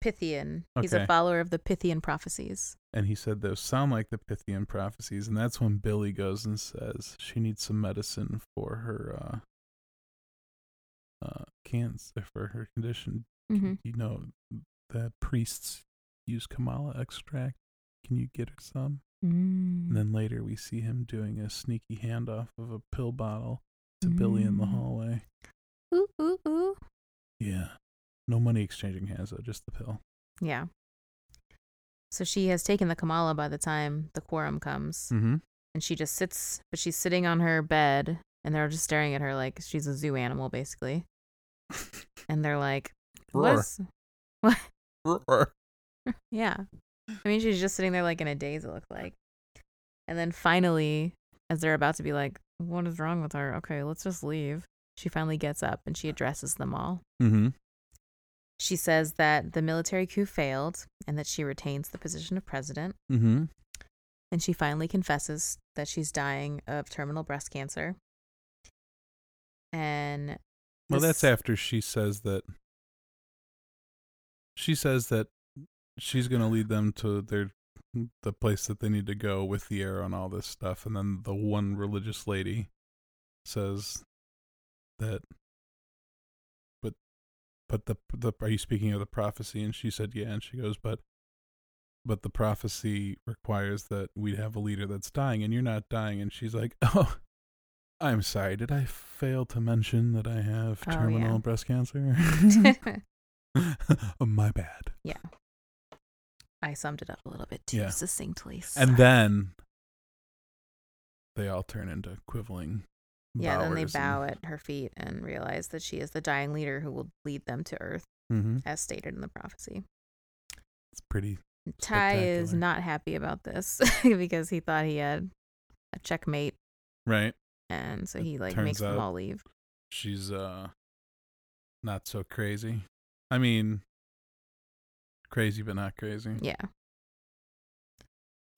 [SPEAKER 2] Pythian. He's a
[SPEAKER 1] Okay.
[SPEAKER 2] follower of the Pythian prophecies.
[SPEAKER 1] And he said those sound like the Pythian prophecies, and that's when Billy goes and says she needs some medicine for her uh uh cancer for her condition.
[SPEAKER 2] Mm-hmm.
[SPEAKER 1] You know, the priests use Kamala extract. Can you get her some? And
[SPEAKER 2] Mm-hmm.
[SPEAKER 1] then later we see him doing a sneaky handoff of a pill bottle to Billy in the
[SPEAKER 2] Mm.
[SPEAKER 1] hallway.
[SPEAKER 2] Ooh, ooh, ooh.
[SPEAKER 1] Yeah. No money exchanging hands though, just the pill.
[SPEAKER 2] Yeah. So she has taken the Kamala by the time the quorum comes,
[SPEAKER 1] Mm-hmm.
[SPEAKER 2] and she just sits, but she's sitting on her bed, and they're just staring at her like she's a zoo animal, basically. And they're like, "What
[SPEAKER 1] Roar.
[SPEAKER 2] is
[SPEAKER 1] Roar.
[SPEAKER 2] Yeah. I mean, she's just sitting there like in a daze, it looked like. And then finally, as they're about to be like, what is wrong with her? Okay, let's just leave. She finally gets up and she addresses them all.
[SPEAKER 1] Mm-hmm.
[SPEAKER 2] She says that the military coup failed and that she retains the position of president.
[SPEAKER 1] Mm-hmm.
[SPEAKER 2] And she finally confesses that she's dying of terminal breast cancer. And
[SPEAKER 1] Well,
[SPEAKER 2] this-
[SPEAKER 1] that's after she says that. She says that she's going to lead them to their the place that they need to go with the arrow and all this stuff, and then the one religious lady says that. But, but the the are you speaking of the prophecy? And she said, yeah. And she goes, but, but the prophecy requires that we have a leader that's dying, and you're not dying. And she's like, oh. I'm sorry, did I fail to mention that I have
[SPEAKER 2] Oh, yeah.
[SPEAKER 1] terminal breast cancer? My bad.
[SPEAKER 2] I summed it up a little bit too
[SPEAKER 1] Yeah.
[SPEAKER 2] succinctly.
[SPEAKER 1] And then they all turn into quiveling.
[SPEAKER 2] Yeah, then they
[SPEAKER 1] bowers
[SPEAKER 2] bow at her feet and realize that she is the dying leader who will lead them to earth,
[SPEAKER 1] And, Mhm.
[SPEAKER 2] as stated in the prophecy.
[SPEAKER 1] It's pretty.
[SPEAKER 2] Ty is
[SPEAKER 1] Spectacular.
[SPEAKER 2] not happy about this because he thought he had a checkmate,
[SPEAKER 1] Right.
[SPEAKER 2] and so
[SPEAKER 1] It
[SPEAKER 2] he like
[SPEAKER 1] turns
[SPEAKER 2] makes them
[SPEAKER 1] out-
[SPEAKER 2] all leave.
[SPEAKER 1] She's uh not so crazy. I mean, crazy but not crazy.
[SPEAKER 2] Yeah.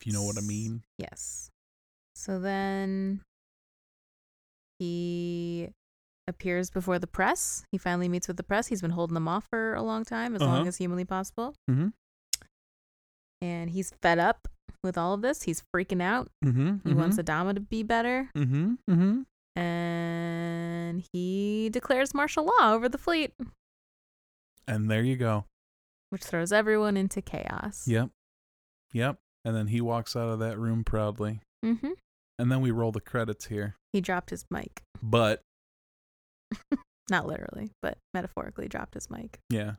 [SPEAKER 1] If you know what I mean.
[SPEAKER 2] Yes. So then he appears before the press. He finally meets with the press. He's been holding them off for a long time, as long
[SPEAKER 1] Uh-huh.
[SPEAKER 2] as humanly possible.
[SPEAKER 1] Mhm.
[SPEAKER 2] And he's fed up with all of this. He's freaking out.
[SPEAKER 1] Mm-hmm.
[SPEAKER 2] He wants Adama to be better.
[SPEAKER 1] Mm-hmm. Mm-hmm.
[SPEAKER 2] And he declares martial law over the fleet,
[SPEAKER 1] And there you go.
[SPEAKER 2] which throws everyone into chaos.
[SPEAKER 1] Yep. Yep. And then he walks out of that room proudly.
[SPEAKER 2] Mm-hmm.
[SPEAKER 1] And then we roll the credits here.
[SPEAKER 2] He dropped his mic.
[SPEAKER 1] But
[SPEAKER 2] Not literally, but metaphorically dropped his mic.
[SPEAKER 1] yeah.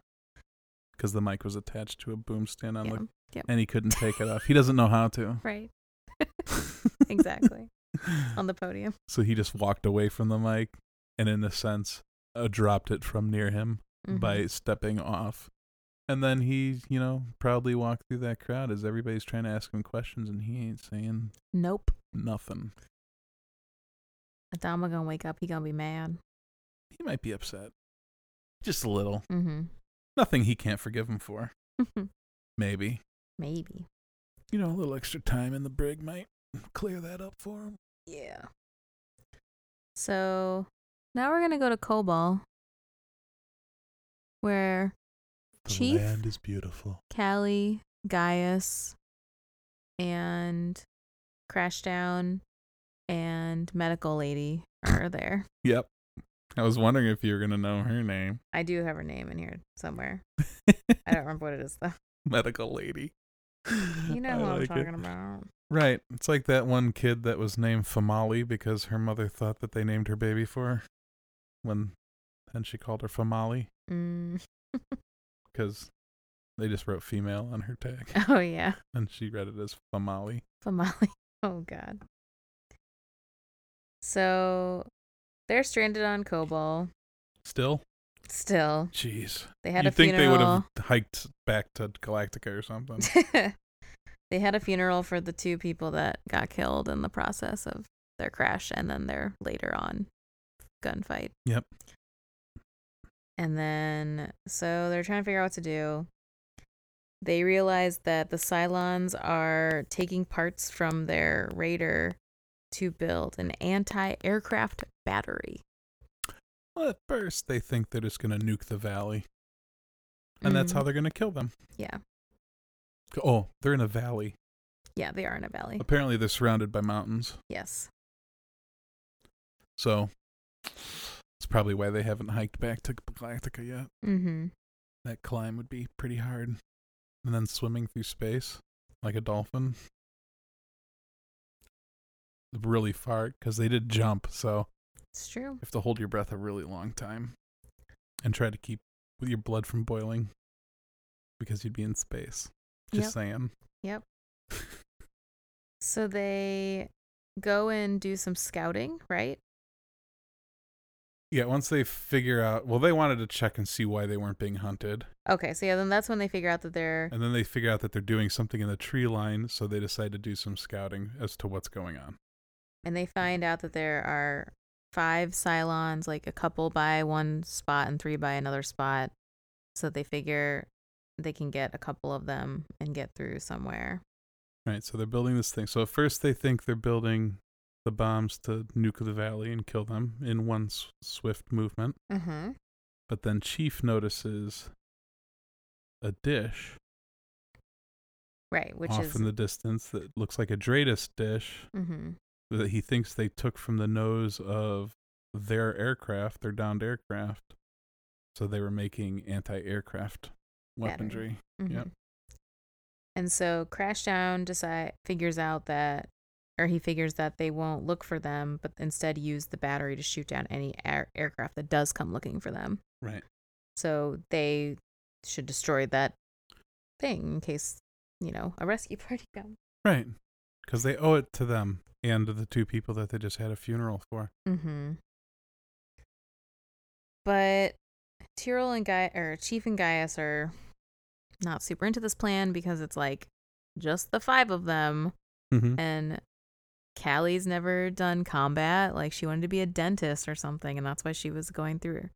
[SPEAKER 1] Because the mic was attached to a boom stand on
[SPEAKER 2] Yeah.
[SPEAKER 1] the
[SPEAKER 2] Yep.
[SPEAKER 1] and he couldn't take it off. He doesn't know how to.
[SPEAKER 2] Right. Exactly. Um, On the podium.
[SPEAKER 1] so he just walked away from the mic and in a sense uh, dropped it from near him
[SPEAKER 2] Mhm.
[SPEAKER 1] by stepping off. And then he, you know, proudly walked through that crowd as everybody's trying to ask him questions and he ain't saying
[SPEAKER 2] Nope.
[SPEAKER 1] nothing.
[SPEAKER 2] Adama gonna wake up. He gonna be mad.
[SPEAKER 1] He might be upset. Just a little.
[SPEAKER 2] Mm-hmm.
[SPEAKER 1] Nothing he can't forgive him for. Maybe.
[SPEAKER 2] Maybe.
[SPEAKER 1] You know, a little extra time in the brig might clear that up for him.
[SPEAKER 2] Yeah. So now we're gonna go to Cobol, where Chief?
[SPEAKER 1] is beautiful.
[SPEAKER 2] Callie, Gaius, and Crashdown and Medical Lady are there.
[SPEAKER 1] Yep. I was wondering if you were going to know her name.
[SPEAKER 2] I do have her name in here somewhere. I don't remember what it is though.
[SPEAKER 1] Medical lady.
[SPEAKER 2] You know
[SPEAKER 1] I
[SPEAKER 2] who I'm
[SPEAKER 1] like it.
[SPEAKER 2] talking about.
[SPEAKER 1] Right. It's like that one kid that was named Famali because her mother thought that they named her baby for her. When and she called her Famali
[SPEAKER 2] Mm.
[SPEAKER 1] because they just wrote female on her tag
[SPEAKER 2] Oh yeah,
[SPEAKER 1] and she read it as Famali.
[SPEAKER 2] Famali. Oh god. So they're stranded on Kobol.
[SPEAKER 1] Still?
[SPEAKER 2] Still,
[SPEAKER 1] Jeez.
[SPEAKER 2] they had
[SPEAKER 1] you
[SPEAKER 2] a
[SPEAKER 1] think they would
[SPEAKER 2] funeral.
[SPEAKER 1] have hiked back to Galactica or something.
[SPEAKER 2] they had a funeral for the two people that got killed in the process of their crash and then their later on gunfight.
[SPEAKER 1] Yep.
[SPEAKER 2] And then so they're trying to figure out what to do. They realize that the Cylons are taking parts from their raider to build an anti-aircraft battery.
[SPEAKER 1] well, at first, they think they're just going to nuke the valley and that's
[SPEAKER 2] Mm,
[SPEAKER 1] how they're going to kill them.
[SPEAKER 2] Yeah.
[SPEAKER 1] Oh, they're in a valley.
[SPEAKER 2] Yeah, they are in a valley.
[SPEAKER 1] Apparently, they're surrounded by mountains.
[SPEAKER 2] Yes.
[SPEAKER 1] So it's probably why they haven't hiked back to Galactica yet.
[SPEAKER 2] Mhm.
[SPEAKER 1] That climb would be pretty hard. And then swimming through space like a dolphin. Really far because they did jump. So
[SPEAKER 2] It's true.
[SPEAKER 1] you have to hold your breath a really long time and try to keep with your blood from boiling because you'd be in space. Just
[SPEAKER 2] Yep.
[SPEAKER 1] saying.
[SPEAKER 2] So they go and do some scouting, right?
[SPEAKER 1] Yeah, once they figure out, well, they wanted to check and see why they weren't being hunted.
[SPEAKER 2] Okay, so yeah, then that's when they figure out that they're
[SPEAKER 1] And then they figure out that they're doing something in the tree line, so they decide to do some scouting as to what's going on.
[SPEAKER 2] and they find out that there are five Cylons, like a couple by one spot and three by another spot. So they figure they can get a couple of them and get through somewhere.
[SPEAKER 1] Right, so they're building this thing. So at first they think they're building the bombs to nuke the valley and kill them in one s- swift movement.
[SPEAKER 2] Mm-hmm.
[SPEAKER 1] But then Chief notices a dish
[SPEAKER 2] Right, which
[SPEAKER 1] off
[SPEAKER 2] is
[SPEAKER 1] in the distance that looks like a Dratus dish
[SPEAKER 2] mm-hmm.
[SPEAKER 1] that he thinks they took from the nose of their aircraft, their downed aircraft. So they were making anti-aircraft
[SPEAKER 2] Battery.
[SPEAKER 1] weaponry.
[SPEAKER 2] Mm-hmm.
[SPEAKER 1] Yep.
[SPEAKER 2] And so Crashdown decide figures out that, or he figures that they won't look for them, but instead use the battery to shoot down any air- aircraft that does come looking for them.
[SPEAKER 1] Right.
[SPEAKER 2] So they should destroy that thing in case you know a rescue party comes.
[SPEAKER 1] Right. Because they owe it to them and to the two people that they just had a funeral for.
[SPEAKER 2] Mm-hmm. But Tyrell and Guy or Chief and Gaius are not super into this plan because it's like just the five of them.
[SPEAKER 1] Mm-hmm.
[SPEAKER 2] and Callie's never done combat. Like she wanted to be a dentist or something, and that's why she was going through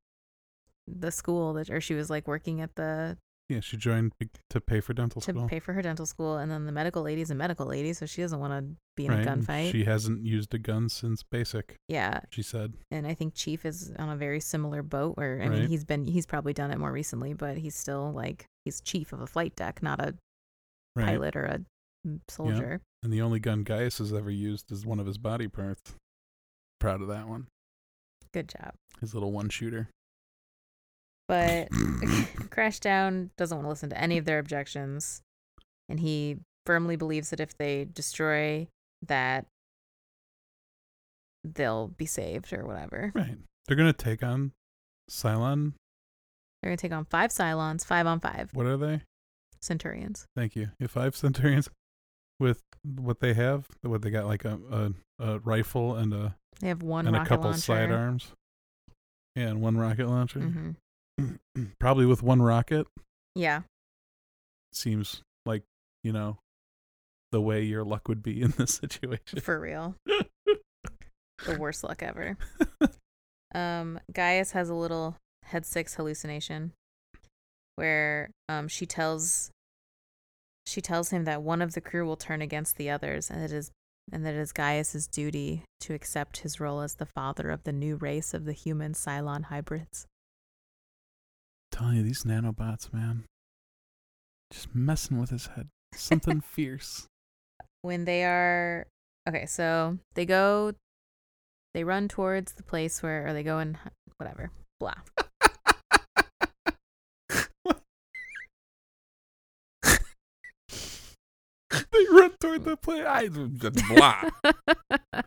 [SPEAKER 2] the school that, or she was like working at the
[SPEAKER 1] Yeah, she joined be- to pay for dental
[SPEAKER 2] to
[SPEAKER 1] school.
[SPEAKER 2] pay for her dental school, and then the medical lady's a medical lady, so she doesn't want to be in
[SPEAKER 1] right?
[SPEAKER 2] a
[SPEAKER 1] and
[SPEAKER 2] gunfight.
[SPEAKER 1] She hasn't used a gun since basic.
[SPEAKER 2] yeah,
[SPEAKER 1] She said,
[SPEAKER 2] and I think Chief is on a very similar boat. Where I mean,
[SPEAKER 1] Right.
[SPEAKER 2] he's been he's probably done it more recently, but he's still like he's chief of a flight deck, not a
[SPEAKER 1] right?
[SPEAKER 2] pilot or a mm, soldier.
[SPEAKER 1] And the only gun Gaius has ever used is one of his body parts. Proud of that one.
[SPEAKER 2] Good job.
[SPEAKER 1] His little one shooter.
[SPEAKER 2] But Crashdown doesn't want to listen to any of their objections, and he firmly believes that if they destroy that, they'll be saved or whatever.
[SPEAKER 1] right. They're going to take on Cylon.
[SPEAKER 2] They're gonna take on five Cylons, five on five
[SPEAKER 1] What are they?
[SPEAKER 2] Centurions.
[SPEAKER 1] Thank you. If five Centurions with what they have, what they got like a, a, a rifle and a
[SPEAKER 2] They have one
[SPEAKER 1] and a
[SPEAKER 2] rocket
[SPEAKER 1] couple
[SPEAKER 2] launcher.
[SPEAKER 1] sidearms. Yeah, and one rocket launcher.
[SPEAKER 2] hmm
[SPEAKER 1] Probably with one rocket
[SPEAKER 2] Yeah,
[SPEAKER 1] seems like, you know, the way your luck would be in this situation.
[SPEAKER 2] for real. the worst luck ever. Um, Gaius has a little head six hallucination where um she tells she tells him that one of the crew will turn against the others and it is and that it is Gaius's duty to accept his role as the father of the new race of the human Cylon hybrids.
[SPEAKER 1] telling you these nanobots, man, just messing with his head. Something fierce.
[SPEAKER 2] when they are okay so they go they run towards the place where or they go and whatever blah
[SPEAKER 1] they run toward the plane. I blah.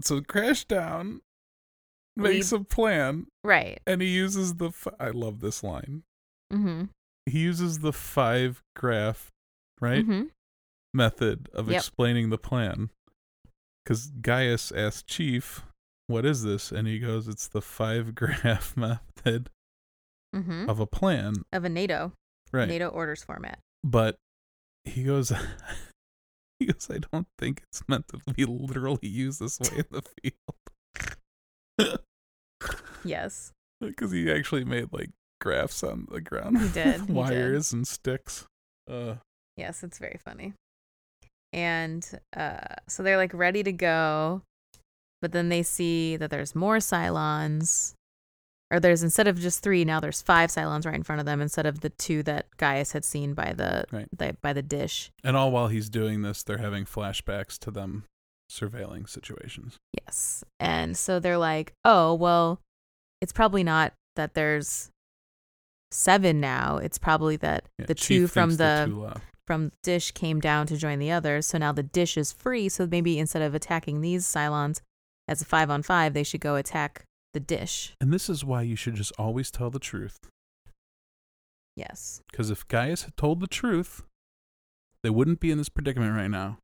[SPEAKER 1] so Crashdown makes a plan,
[SPEAKER 2] right
[SPEAKER 1] and he uses the. F- I love this line.
[SPEAKER 2] mm-hmm.
[SPEAKER 1] He uses the five graph, right?
[SPEAKER 2] mm-hmm
[SPEAKER 1] method of
[SPEAKER 2] Yep.
[SPEAKER 1] explaining the plan. Because Gaius asked Chief, What is this? And he goes, It's the five graph method
[SPEAKER 2] mm-hmm
[SPEAKER 1] of a plan.
[SPEAKER 2] of a nato
[SPEAKER 1] Right.
[SPEAKER 2] nato orders format
[SPEAKER 1] But he goes, He goes, I don't think it's meant to be literally used this way in the field.
[SPEAKER 2] yes
[SPEAKER 1] Because he actually made like graphs on the ground.
[SPEAKER 2] He did,
[SPEAKER 1] with
[SPEAKER 2] he did.
[SPEAKER 1] wires and sticks. Uh,
[SPEAKER 2] yes it's very funny and uh so they're like ready to go but then they see that there's more cylons or there's instead of just three now there's five cylons right in front of them instead of the two that gaius had seen by the,
[SPEAKER 1] Right.
[SPEAKER 2] the by the dish
[SPEAKER 1] and all while he's doing this, they're having flashbacks to them surveilling situations.
[SPEAKER 2] Yes. And so they're like, oh, well, it's probably not that there's seven now. It's probably that
[SPEAKER 1] Yeah,
[SPEAKER 2] the
[SPEAKER 1] Chief
[SPEAKER 2] two from
[SPEAKER 1] thinks
[SPEAKER 2] the,
[SPEAKER 1] two left.
[SPEAKER 2] from dish came down to join the others. So now the dish is free. So maybe instead of attacking these Cylons as a five on five, they should go attack the dish.
[SPEAKER 1] And this is why you should just always tell the truth.
[SPEAKER 2] Yes.
[SPEAKER 1] Because if Gaius had told the truth, they wouldn't be in this predicament right now.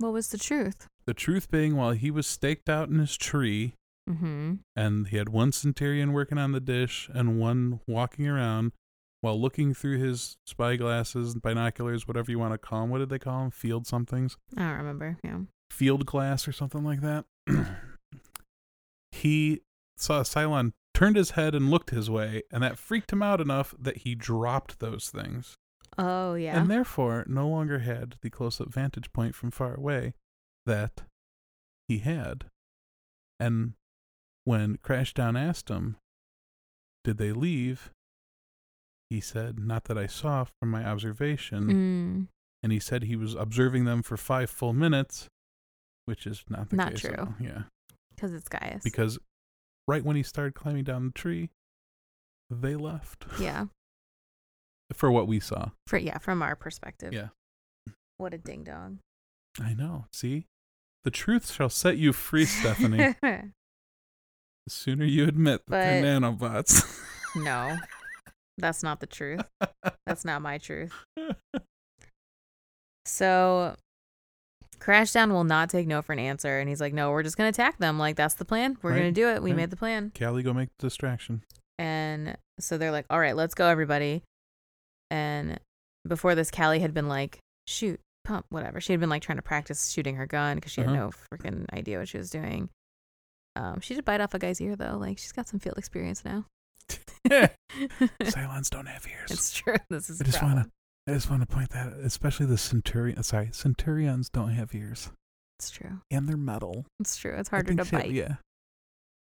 [SPEAKER 2] What was the truth?
[SPEAKER 1] The truth being, while he was staked out in his tree,
[SPEAKER 2] Mm-hmm.
[SPEAKER 1] and he had one centurion working on the dish and one walking around while looking through his spy glasses, binoculars, whatever you want to call them. What did they call them? Field somethings?
[SPEAKER 2] I don't remember. Yeah.
[SPEAKER 1] Field glass or something like that. he saw a Cylon, turned his head and looked his way, and that freaked him out enough that he dropped those things.
[SPEAKER 2] Oh, yeah.
[SPEAKER 1] and therefore no longer had the close up vantage point from far away that he had. And when Crashdown asked him, Did they leave? he said, Not that I saw from my observation.
[SPEAKER 2] mm,
[SPEAKER 1] And he said he was observing them for five full minutes, which is not the
[SPEAKER 2] Not
[SPEAKER 1] case. at
[SPEAKER 2] true.
[SPEAKER 1] all. Yeah.
[SPEAKER 2] because it's Gaius.
[SPEAKER 1] Because right when he started climbing down the tree, they left
[SPEAKER 2] yeah.
[SPEAKER 1] for what we saw.
[SPEAKER 2] For, yeah. From our perspective.
[SPEAKER 1] Yeah.
[SPEAKER 2] What a ding dong.
[SPEAKER 1] I know. See? The truth shall set you free, Stephanie. the sooner you admit that they're
[SPEAKER 2] But-
[SPEAKER 1] nanobots.
[SPEAKER 2] no, that's not the truth. That's not my truth. So, Crashdown will not take no for an answer. And he's like, no, we're just going to attack them. Like, that's the plan. We're
[SPEAKER 1] Right,
[SPEAKER 2] going to do it. We
[SPEAKER 1] right.
[SPEAKER 2] made the plan.
[SPEAKER 1] Callie, go make the distraction.
[SPEAKER 2] And so they're like, all right, let's go, everybody. And before this, Callie had been like, shoot, pump, whatever. She had been like trying to practice shooting her gun because she
[SPEAKER 1] Uh-huh.
[SPEAKER 2] had no freaking idea what she was doing. Um, she did bite off a guy's ear though. Like she's got some field experience now.
[SPEAKER 1] Cylons don't have ears.
[SPEAKER 2] it's true. This is.
[SPEAKER 1] I
[SPEAKER 2] a
[SPEAKER 1] just
[SPEAKER 2] problem.
[SPEAKER 1] want to. I just want to point that, especially the centurion. Sorry, centurions don't have ears,
[SPEAKER 2] It's true.
[SPEAKER 1] and they're metal.
[SPEAKER 2] It's true. It's
[SPEAKER 1] I
[SPEAKER 2] harder
[SPEAKER 1] think
[SPEAKER 2] to
[SPEAKER 1] she-
[SPEAKER 2] bite.
[SPEAKER 1] Yeah.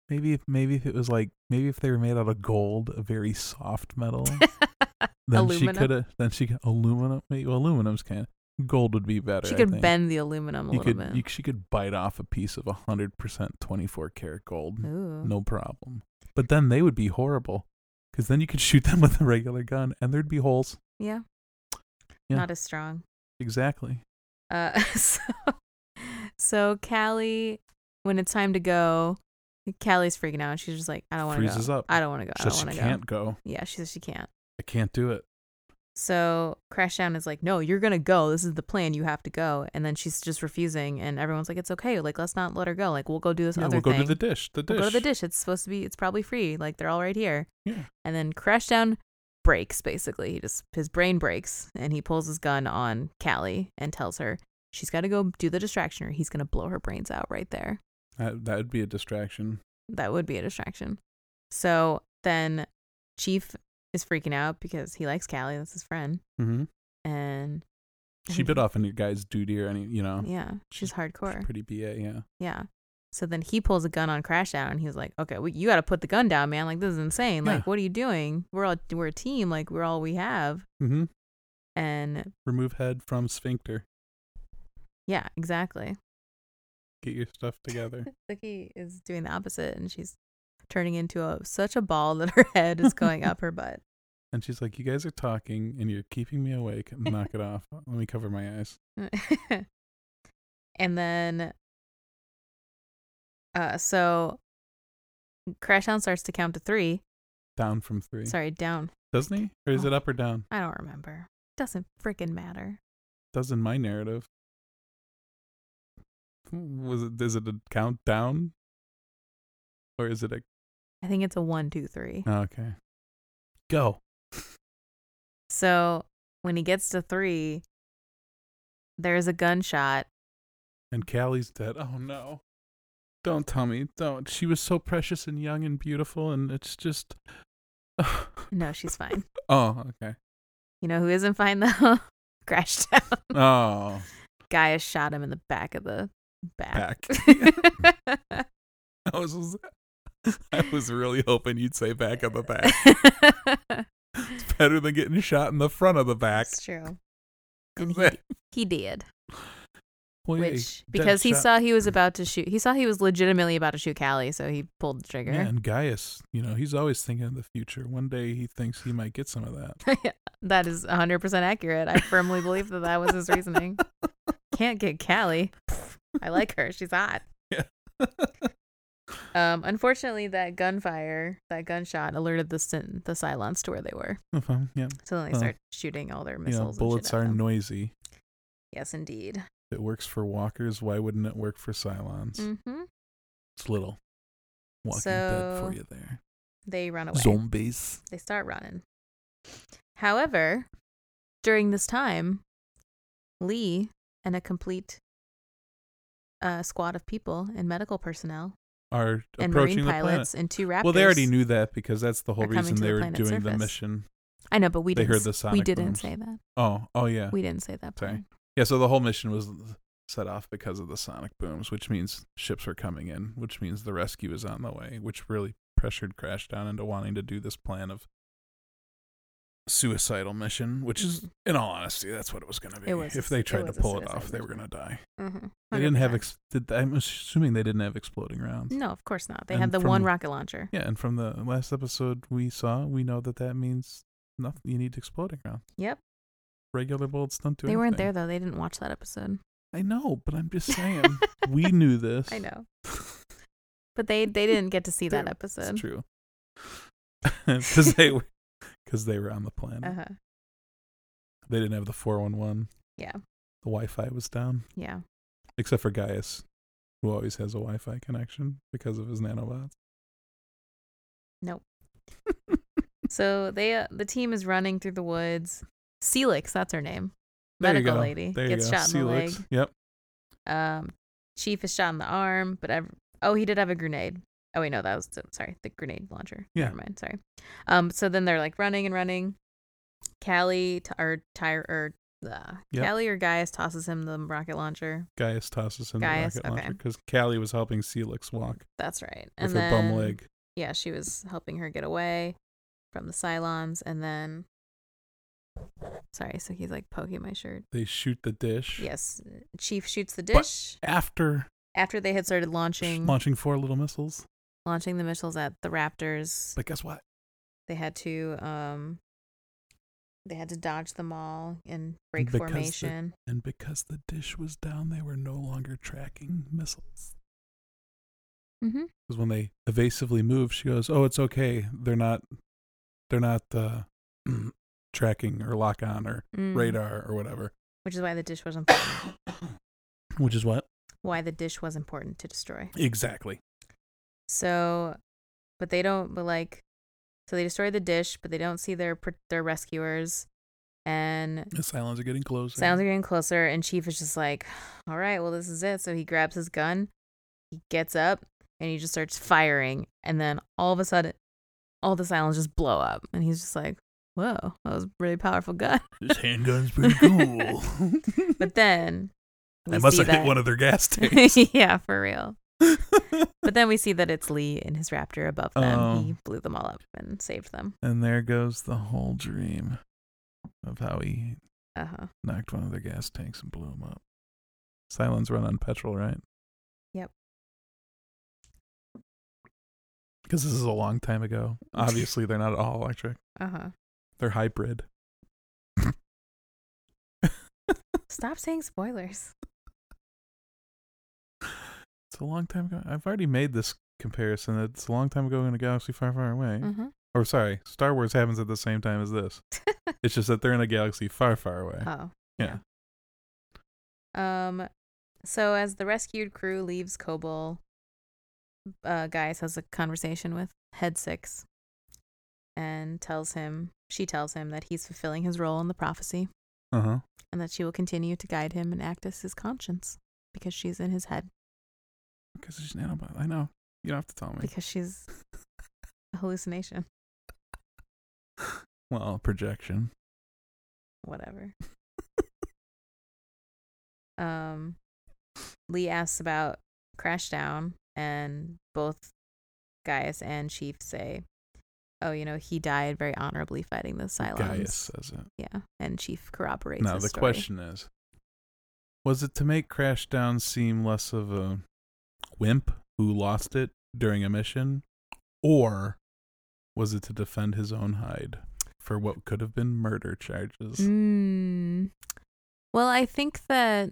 [SPEAKER 1] Maybe if maybe if it was like maybe if they were made out of gold, a very soft metal, then
[SPEAKER 2] Aluminum.
[SPEAKER 1] she could have. Then she could aluminum. Maybe well, aluminum's kind of gold would be better.
[SPEAKER 2] she
[SPEAKER 1] I
[SPEAKER 2] could
[SPEAKER 1] think.
[SPEAKER 2] bend the aluminum a
[SPEAKER 1] You
[SPEAKER 2] little
[SPEAKER 1] could
[SPEAKER 2] bit.
[SPEAKER 1] you, she could bite off a piece of hundred percent twenty four karat gold,
[SPEAKER 2] Ooh.
[SPEAKER 1] no problem. But then they would be horrible, because then you could shoot them with a regular gun, and there'd be holes.
[SPEAKER 2] Yeah.
[SPEAKER 1] Yeah.
[SPEAKER 2] Not as strong.
[SPEAKER 1] Exactly.
[SPEAKER 2] Uh, so, so Callie, when it's time to go, Callie's freaking out. She's just like, I don't want to
[SPEAKER 1] Freezes
[SPEAKER 2] go.
[SPEAKER 1] up.
[SPEAKER 2] I don't want to go. I
[SPEAKER 1] So
[SPEAKER 2] don't
[SPEAKER 1] she
[SPEAKER 2] want to go.
[SPEAKER 1] can't go.
[SPEAKER 2] Yeah, she says she can't.
[SPEAKER 1] I can't do it.
[SPEAKER 2] So Crashdown is like, no, you're gonna go. This is the plan. You have to go. And then she's just refusing, and everyone's like, it's okay. Like, let's not let her go. Like, we'll go do this
[SPEAKER 1] Yeah,
[SPEAKER 2] other
[SPEAKER 1] we'll go
[SPEAKER 2] thing.
[SPEAKER 1] to the dish. The dish.
[SPEAKER 2] We'll go to the dish. It's supposed to be. It's probably free. Like, they're all right here.
[SPEAKER 1] Yeah.
[SPEAKER 2] And then Crashdown breaks. Basically, he just his brain breaks, and he pulls his gun on Callie and tells her she's got to go do the distraction, or he's gonna blow her brains out right there.
[SPEAKER 1] That that would be a distraction.
[SPEAKER 2] that would be a distraction. So then Chief is freaking out because he likes Callie, that's his friend.
[SPEAKER 1] Mm-hmm.
[SPEAKER 2] And I
[SPEAKER 1] She
[SPEAKER 2] think-
[SPEAKER 1] bit off in your guy's dude ear, and he- you know,
[SPEAKER 2] Mm-hmm. Yeah, she's hardcore.
[SPEAKER 1] she's pretty ba. Yeah,
[SPEAKER 2] yeah. So then he pulls a gun on Crashdown and he's like, "Okay, well, you got to put the gun down, man. Like this is insane.
[SPEAKER 1] Yeah.
[SPEAKER 2] Like what are you doing? We're all we're a team. Like we're all we have."
[SPEAKER 1] mm-hmm.
[SPEAKER 2] And
[SPEAKER 1] remove head from sphincter.
[SPEAKER 2] yeah, exactly.
[SPEAKER 1] Get your stuff together.
[SPEAKER 2] Vicky is doing the opposite and she's turning into a such a ball that her head is going up her butt.
[SPEAKER 1] and she's like, "You guys are talking, and you're keeping me awake. Knock it off. Let me cover my eyes."
[SPEAKER 2] and then uh so Crashdown starts to count to three.
[SPEAKER 1] Down from three,
[SPEAKER 2] Sorry, down.
[SPEAKER 1] doesn't he? Or is
[SPEAKER 2] Oh.
[SPEAKER 1] it up or down?
[SPEAKER 2] I don't remember. Doesn't freaking matter.
[SPEAKER 1] Does in my narrative. Was it? Is it a countdown? Or is it a
[SPEAKER 2] I think it's a one, two, three.
[SPEAKER 1] okay? Go.
[SPEAKER 2] So when he gets to three, there's a gunshot.
[SPEAKER 1] And Callie's dead. Oh no. Don't tell me. Don't. She was so precious and young and beautiful and it's just Oh,
[SPEAKER 2] No, she's fine.
[SPEAKER 1] okay.
[SPEAKER 2] You know who isn't fine though? Crashdown.
[SPEAKER 1] Oh.
[SPEAKER 2] Guy has shot him in the back of the back.
[SPEAKER 1] Back. I was I was really hoping you'd say back of the back. Better than getting shot in the front of the back.
[SPEAKER 2] That's true.
[SPEAKER 1] 'Cause
[SPEAKER 2] And
[SPEAKER 1] that-
[SPEAKER 2] He did.
[SPEAKER 1] Well, Oh, yeah,
[SPEAKER 2] Which
[SPEAKER 1] dead
[SPEAKER 2] because he
[SPEAKER 1] shot.
[SPEAKER 2] saw he was about to shoot, he saw he was legitimately about to shoot Callie, so he pulled the
[SPEAKER 1] Yeah,
[SPEAKER 2] trigger.
[SPEAKER 1] and Gaius, you know, he's always thinking of the future. One day he thinks he might get some of that.
[SPEAKER 2] that is 100% accurate. I firmly believe that that was his reasoning. Can't get Callie. I like her. She's hot.
[SPEAKER 1] Yeah.
[SPEAKER 2] um, unfortunately, that gunfire, that gunshot, alerted the Sin- the Cylons to where they were.
[SPEAKER 1] Mhm, yeah.
[SPEAKER 2] So then they
[SPEAKER 1] Well,
[SPEAKER 2] start shooting all their
[SPEAKER 1] You know,
[SPEAKER 2] missiles. and
[SPEAKER 1] bullets
[SPEAKER 2] shit at
[SPEAKER 1] are
[SPEAKER 2] them.
[SPEAKER 1] noisy.
[SPEAKER 2] Yes, indeed.
[SPEAKER 1] If it works for walkers, why wouldn't it work for Cylons?
[SPEAKER 2] hmm
[SPEAKER 1] It's little. Walking Dead for
[SPEAKER 2] So- Oh,
[SPEAKER 1] you there.
[SPEAKER 2] They run away.
[SPEAKER 1] Zombies.
[SPEAKER 2] they start running. However, during this time, Lee and a complete uh, squad of people and medical personnel
[SPEAKER 1] Are
[SPEAKER 2] and
[SPEAKER 1] approaching
[SPEAKER 2] marine
[SPEAKER 1] the
[SPEAKER 2] pilots
[SPEAKER 1] planet.
[SPEAKER 2] and two raptors.
[SPEAKER 1] Well, they already knew that because that's the whole
[SPEAKER 2] are coming
[SPEAKER 1] reason
[SPEAKER 2] to
[SPEAKER 1] they
[SPEAKER 2] the
[SPEAKER 1] were
[SPEAKER 2] planet's
[SPEAKER 1] doing the
[SPEAKER 2] surface.
[SPEAKER 1] mission.
[SPEAKER 2] I know, but we
[SPEAKER 1] They
[SPEAKER 2] didn't.
[SPEAKER 1] heard
[SPEAKER 2] s-
[SPEAKER 1] the
[SPEAKER 2] we
[SPEAKER 1] sonic
[SPEAKER 2] didn't
[SPEAKER 1] booms.
[SPEAKER 2] say that.
[SPEAKER 1] Oh, oh yeah,
[SPEAKER 2] We didn't say that.
[SPEAKER 1] Sorry.
[SPEAKER 2] part.
[SPEAKER 1] yeah. So the whole mission was set off because of the sonic booms, which means ships were coming in, which means the rescue is on the way, which really pressured Crashdown into wanting to do this plan of suicidal mission. Which is,
[SPEAKER 2] Mhm.
[SPEAKER 1] in all honesty, that's what it was going to be.
[SPEAKER 2] It was a
[SPEAKER 1] if
[SPEAKER 2] s-
[SPEAKER 1] they
[SPEAKER 2] it
[SPEAKER 1] tried to
[SPEAKER 2] was a
[SPEAKER 1] pull it
[SPEAKER 2] suicide
[SPEAKER 1] off, they were
[SPEAKER 2] mission.
[SPEAKER 1] going to die.
[SPEAKER 2] Mhm.
[SPEAKER 1] They didn't have.
[SPEAKER 2] 100%.
[SPEAKER 1] Ex- did, I'm assuming they didn't have exploding rounds.
[SPEAKER 2] no, of course not. They
[SPEAKER 1] And
[SPEAKER 2] had the one
[SPEAKER 1] from-
[SPEAKER 2] rocket launcher.
[SPEAKER 1] Yeah, and from the last episode we saw, we know that that means nothing. You need exploding rounds.
[SPEAKER 2] Yep.
[SPEAKER 1] Regular bullets don't do
[SPEAKER 2] They weren't there
[SPEAKER 1] anything.
[SPEAKER 2] though. They didn't watch that episode.
[SPEAKER 1] I know, but I'm just saying we knew this.
[SPEAKER 2] I know, but they they didn't get to see that
[SPEAKER 1] They're- It's
[SPEAKER 2] episode.
[SPEAKER 1] true. Because they were, because they were on the planet.
[SPEAKER 2] Uh huh.
[SPEAKER 1] They didn't have the four one one.
[SPEAKER 2] Yeah.
[SPEAKER 1] The Wi-Fi was down,
[SPEAKER 2] Yeah.
[SPEAKER 1] except for Gaius, who always has a Wi-Fi connection because of his nanobots.
[SPEAKER 2] Nope. So they uh, the team is running through the woods. Celix, that's her name.
[SPEAKER 1] There you
[SPEAKER 2] Medical
[SPEAKER 1] go.
[SPEAKER 2] lady
[SPEAKER 1] There you
[SPEAKER 2] gets
[SPEAKER 1] go.
[SPEAKER 2] shot in the
[SPEAKER 1] Celix.
[SPEAKER 2] leg.
[SPEAKER 1] Yep.
[SPEAKER 2] Um, Chief is shot in the arm, but ev- Oh, he did have a grenade. Oh wait, no, that was sorry, the grenade launcher.
[SPEAKER 1] Yeah.
[SPEAKER 2] Never mind. Sorry. Um. So then they're like running and running. Callie t- or Tyre or uh,
[SPEAKER 1] Yep.
[SPEAKER 2] Callie or Gaius tosses him the rocket launcher.
[SPEAKER 1] Gaius tosses him
[SPEAKER 2] Gaius,
[SPEAKER 1] the rocket
[SPEAKER 2] okay.
[SPEAKER 1] launcher because Callie was helping Celix walk
[SPEAKER 2] That's right.
[SPEAKER 1] with
[SPEAKER 2] and
[SPEAKER 1] her
[SPEAKER 2] then,
[SPEAKER 1] bum leg.
[SPEAKER 2] Yeah, she was helping her get away from the Cylons, and then. Sorry, so he's like poking my shirt.
[SPEAKER 1] They shoot the dish
[SPEAKER 2] Yes, Chief shoots the dish
[SPEAKER 1] But- after
[SPEAKER 2] after they had started launching
[SPEAKER 1] launching four little missiles.
[SPEAKER 2] launching the missiles at the Raptors.
[SPEAKER 1] But guess what?
[SPEAKER 2] they had to um they had to dodge them all and break
[SPEAKER 1] Because the-
[SPEAKER 2] formation
[SPEAKER 1] And because the dish was down, they were no longer tracking missiles.
[SPEAKER 2] mm-hmm.
[SPEAKER 1] Because when they evasively move, she goes, "Oh, it's okay. They're not. They're not uh, tracking or lock on or
[SPEAKER 2] Mm.
[SPEAKER 1] radar or whatever."
[SPEAKER 2] which is why the dish was important
[SPEAKER 1] Which is what
[SPEAKER 2] why the dish was important to destroy
[SPEAKER 1] exactly.
[SPEAKER 2] so but they don't but like so they destroy the dish but they don't see their pr- their rescuers and
[SPEAKER 1] The silence are getting closer.
[SPEAKER 2] Sounds are getting closer, and Chief is just like, "All right, well, this is it." So he grabs his gun, he gets up, and he just starts firing. And then all of a sudden, all the silence just blow up, and he's just like, "Whoa, that was a really powerful gun."
[SPEAKER 1] This handgun's
[SPEAKER 2] pretty cool. But then we
[SPEAKER 1] I must
[SPEAKER 2] see
[SPEAKER 1] have hit
[SPEAKER 2] that-
[SPEAKER 1] one of their gas tanks.
[SPEAKER 2] yeah, for real. But then we see that it's Lee and his raptor above them.
[SPEAKER 1] Oh.
[SPEAKER 2] He blew them all up and saved them.
[SPEAKER 1] and there goes the whole dream of how he
[SPEAKER 2] Uh huh.
[SPEAKER 1] knocked one of their gas tanks and blew him up. Cylons run on petrol, right?
[SPEAKER 2] Yep.
[SPEAKER 1] Because this is a long time ago. Obviously, they're not all electric.
[SPEAKER 2] Uh huh.
[SPEAKER 1] They're hybrid.
[SPEAKER 2] Stop saying spoilers.
[SPEAKER 1] It's a long time ago. I've already made this comparison. It's a long time ago in a galaxy far, far away.
[SPEAKER 2] Mm-hmm.
[SPEAKER 1] Or sorry, Star Wars happens at the same time as this. it's just that they're in a galaxy far, far away.
[SPEAKER 2] Oh.
[SPEAKER 1] Yeah.
[SPEAKER 2] Um so as the rescued crew leaves Kobol, uh Gaius has a conversation with Head Six and tells him she tells him that he's fulfilling his role in the prophecy
[SPEAKER 1] Uh huh.
[SPEAKER 2] and that she will continue to guide him and act as his conscience because she's in his head.
[SPEAKER 1] Because she's an animal. I know. You don't have to tell me.
[SPEAKER 2] Because she's a hallucination.
[SPEAKER 1] Well, projection.
[SPEAKER 2] Whatever. um Lee asks about Crashdown, and both Gaius and Chief say, "Oh, you know, he died very honorably fighting the Cylons."
[SPEAKER 1] Gaius says it.
[SPEAKER 2] Yeah, and Chief corroborates.
[SPEAKER 1] Now
[SPEAKER 2] his
[SPEAKER 1] the
[SPEAKER 2] story.
[SPEAKER 1] question is, was it to make Crashdown seem less of a wimp who lost it during a mission, or was it to defend his own hide for what could have been murder charges?
[SPEAKER 2] Mm. Well, I think that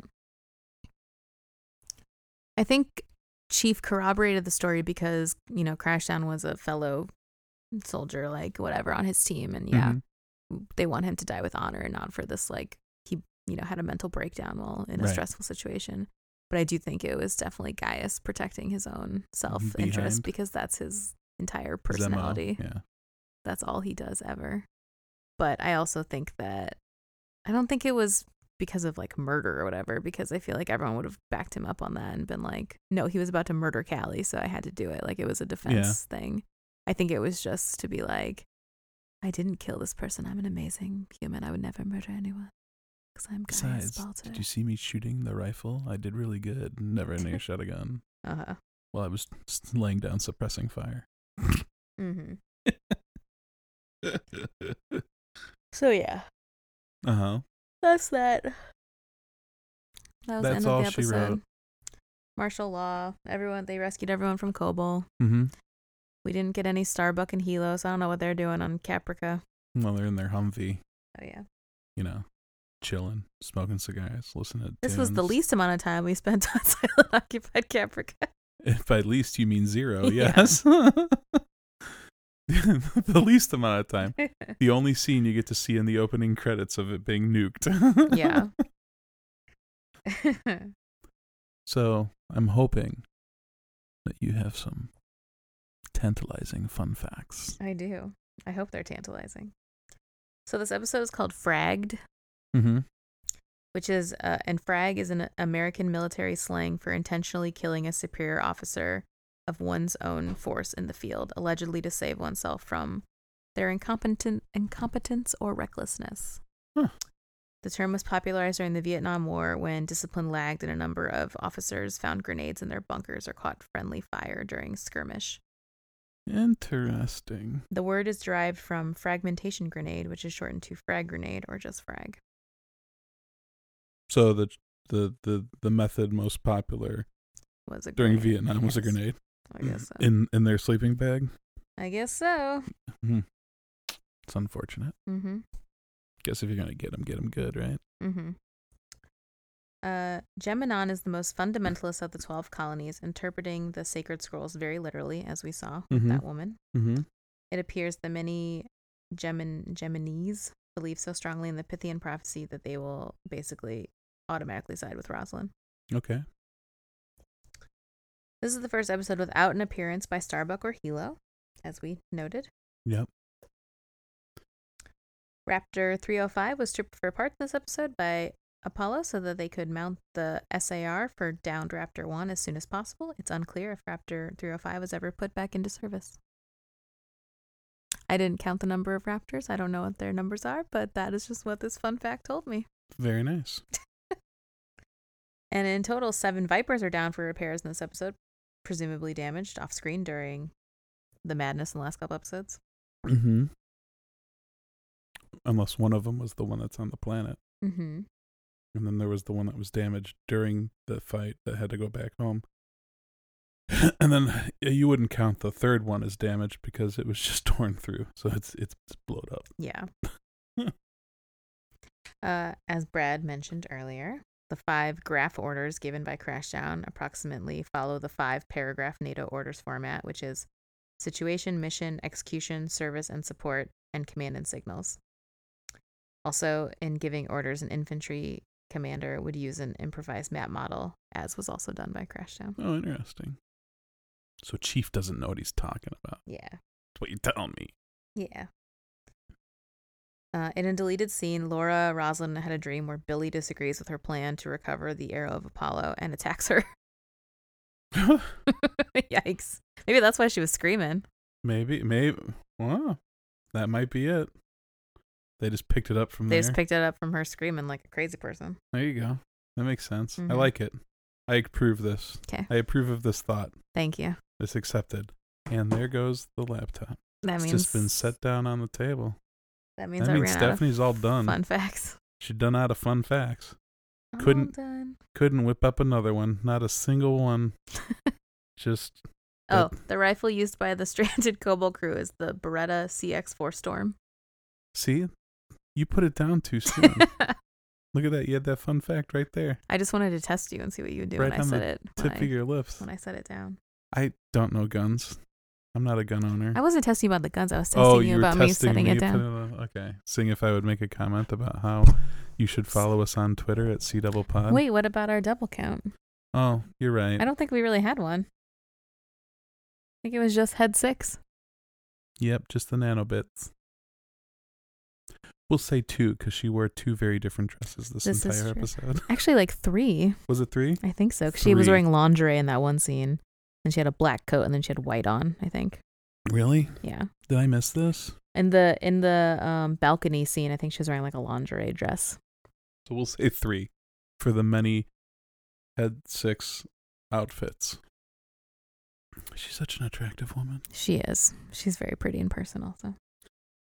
[SPEAKER 2] I think Chief corroborated the story because you know Crashdown was a fellow soldier, like whatever, on his team, and yeah,
[SPEAKER 1] Mhm.
[SPEAKER 2] they want him to die with honor and not for this like he you know had a mental breakdown while in a
[SPEAKER 1] Right.
[SPEAKER 2] stressful situation but i do think it was definitely gaius protecting his own
[SPEAKER 1] Behind.
[SPEAKER 2] self-interest because that's his entire
[SPEAKER 1] His MO,
[SPEAKER 2] personality
[SPEAKER 1] Yeah.
[SPEAKER 2] that's all he does ever but i also think that i don't think it was because of like murder or whatever because i feel like everyone would have backed him up on that and been like no he was about to murder callie so i had to do it like it was a defense thing i think it was just to be like i didn't kill this person i'm an amazing human i would never murder anyone because i'm Gaius
[SPEAKER 1] Besides,
[SPEAKER 2] Baltar.
[SPEAKER 1] did you see me shooting the rifle? I did really good. Never knew I shot a gun.
[SPEAKER 2] uh-huh
[SPEAKER 1] Well, I was s- laying down suppressing fire.
[SPEAKER 2] mm-hmm.
[SPEAKER 1] uh
[SPEAKER 2] so yeah
[SPEAKER 1] huh.
[SPEAKER 2] that's that that was
[SPEAKER 1] That's
[SPEAKER 2] the end
[SPEAKER 1] all
[SPEAKER 2] of
[SPEAKER 1] she
[SPEAKER 2] the episode
[SPEAKER 1] wrote.
[SPEAKER 2] martial law everyone they rescued everyone from kobol
[SPEAKER 1] Mm-hmm.
[SPEAKER 2] We didn't get any Starbuck and Hilo, so I don't know what they're doing on Caprica.
[SPEAKER 1] Well, they're in their Humvee,
[SPEAKER 2] Oh yeah.
[SPEAKER 1] you know, chilling, smoking cigars, listening to
[SPEAKER 2] This was the
[SPEAKER 1] tunes.
[SPEAKER 2] least amount of time we spent on silent occupied Caprica.
[SPEAKER 1] If by least you mean zero,
[SPEAKER 2] Yeah.
[SPEAKER 1] yes. the least amount of time. The only scene you get to see in the opening credits of it being nuked.
[SPEAKER 2] yeah.
[SPEAKER 1] So I'm hoping that you have some tantalizing fun facts.
[SPEAKER 2] I do. I hope they're tantalizing. So this episode is called Fragged,
[SPEAKER 1] Mm-hmm.
[SPEAKER 2] which is uh, and frag is an American military slang for intentionally killing a superior officer of one's own force in the field, allegedly to save oneself from their incompetent incompetence or recklessness.
[SPEAKER 1] Huh.
[SPEAKER 2] The term was popularized during the Vietnam War when discipline lagged and a number of officers found grenades in their bunkers or caught friendly fire during skirmish.
[SPEAKER 1] Interesting.
[SPEAKER 2] The word is derived from fragmentation grenade, which is shortened to frag grenade or just frag.
[SPEAKER 1] So the the the, the method most popular
[SPEAKER 2] Was a
[SPEAKER 1] during
[SPEAKER 2] grenade.
[SPEAKER 1] Vietnam was a
[SPEAKER 2] Yes.
[SPEAKER 1] grenade
[SPEAKER 2] I guess so.
[SPEAKER 1] in in their sleeping bag.
[SPEAKER 2] I guess
[SPEAKER 1] Mm.
[SPEAKER 2] so.
[SPEAKER 1] It's unfortunate.
[SPEAKER 2] Mm-hmm.
[SPEAKER 1] Guess if you're gonna get them, get them good, right?
[SPEAKER 2] Mm-hmm. Uh, Geminon is the most fundamentalist of the 12 colonies, interpreting the sacred scrolls very literally, as we saw with
[SPEAKER 1] Mhm.
[SPEAKER 2] that woman.
[SPEAKER 1] Mm-hmm.
[SPEAKER 2] It appears the many Gemin- Geminis believe so strongly in the Pythian prophecy that they will basically automatically side with Rosalind.
[SPEAKER 1] Okay.
[SPEAKER 2] This is the first episode without an appearance by Starbuck or Hilo, as we noted.
[SPEAKER 1] Yep.
[SPEAKER 2] Raptor 305 was stripped for parts in this episode by Apollo so that they could mount the SAR for downed Raptor 1 as soon as possible. It's unclear if Raptor 305 was ever put back into service. I didn't count the number of Raptors. I don't know what their numbers are, but that is just what this fun fact told me.
[SPEAKER 1] Very nice.
[SPEAKER 2] And in total, seven Vipers are down for repairs in this episode, presumably damaged off screen during the madness in the last couple episodes.
[SPEAKER 1] Mm-hmm. Unless one of them was the one that's on the planet,
[SPEAKER 2] Mm-hmm.
[SPEAKER 1] and then there was the one that was damaged during the fight that had to go back home. And then uh, you wouldn't count the third one as damaged because it was just torn through, so it's it's blowed up.
[SPEAKER 2] Yeah. uh, as Brad mentioned earlier, the five graph orders given by Crashdown approximately follow the five paragraph NATO orders format, which is situation, mission, execution, service, and support, and command and signals. Also, in giving orders, an infantry commander would use an improvised map model, as was also done by Crashdown.
[SPEAKER 1] Oh, interesting. So Chief doesn't know what he's talking about.
[SPEAKER 2] Yeah.
[SPEAKER 1] That's what you're telling me.
[SPEAKER 2] Yeah. Uh, in a deleted scene, Laura Roslin had a dream where Billy disagrees with her plan to recover the arrow of Apollo and attacks her. Yikes. Maybe that's why she was screaming.
[SPEAKER 1] maybe, maybe. Wow, that might be it. They just picked it up from
[SPEAKER 2] They
[SPEAKER 1] there.
[SPEAKER 2] just picked it up from her screaming like a crazy person.
[SPEAKER 1] there you go. That makes sense. I
[SPEAKER 2] Mhm.
[SPEAKER 1] like it. I approve this.
[SPEAKER 2] 'Kay.
[SPEAKER 1] I approve of this thought.
[SPEAKER 2] Thank you.
[SPEAKER 1] It's accepted. And there goes the laptop.
[SPEAKER 2] That
[SPEAKER 1] it's
[SPEAKER 2] means
[SPEAKER 1] just been set down on the table.
[SPEAKER 2] That means
[SPEAKER 1] that
[SPEAKER 2] I
[SPEAKER 1] means
[SPEAKER 2] ran
[SPEAKER 1] Stephanie's all
[SPEAKER 2] out of
[SPEAKER 1] done.
[SPEAKER 2] fun facts.
[SPEAKER 1] She done out of fun facts.
[SPEAKER 2] All
[SPEAKER 1] Couldn't-
[SPEAKER 2] done.
[SPEAKER 1] Couldn't whip up another one. Not a single one. Just
[SPEAKER 2] Oh,
[SPEAKER 1] but-
[SPEAKER 2] the rifle used by the stranded Cobalt crew is the Beretta CX4 Storm.
[SPEAKER 1] see. You put it down too soon. Look at that. You had that fun fact right there.
[SPEAKER 2] I just wanted to test you and see what you would do
[SPEAKER 1] Right
[SPEAKER 2] when I
[SPEAKER 1] on
[SPEAKER 2] said
[SPEAKER 1] the
[SPEAKER 2] it. When
[SPEAKER 1] Tip of
[SPEAKER 2] I,
[SPEAKER 1] your lips.
[SPEAKER 2] when I set it down.
[SPEAKER 1] I don't know guns. I'm not a gun owner.
[SPEAKER 2] I wasn't testing you about the guns. I was testing
[SPEAKER 1] oh,
[SPEAKER 2] you,
[SPEAKER 1] were
[SPEAKER 2] about me
[SPEAKER 1] testing
[SPEAKER 2] setting it
[SPEAKER 1] for
[SPEAKER 2] down.
[SPEAKER 1] the- okay. Seeing if I would make a comment about how you should follow us on Twitter at C Double Pod.
[SPEAKER 2] Wait, what about our double count?
[SPEAKER 1] Oh, you're right.
[SPEAKER 2] I don't think we really had one. I think it was just head six.
[SPEAKER 1] Yep, just the nanobits. We'll say two because she wore two very different dresses this,
[SPEAKER 2] This is
[SPEAKER 1] entire
[SPEAKER 2] true.
[SPEAKER 1] episode.
[SPEAKER 2] Actually, like three.
[SPEAKER 1] Was it three?
[SPEAKER 2] I think so. 'cause she was
[SPEAKER 1] Three.
[SPEAKER 2] wearing lingerie in that one scene, and she had a black coat, and then she had white on. I think.
[SPEAKER 1] Really?
[SPEAKER 2] Yeah.
[SPEAKER 1] Did I miss this?
[SPEAKER 2] In the in the um, balcony scene, I think she was wearing like a lingerie dress.
[SPEAKER 1] So we'll say three for the many head six outfits. She's such an attractive woman.
[SPEAKER 2] She is. She's very pretty in person, also.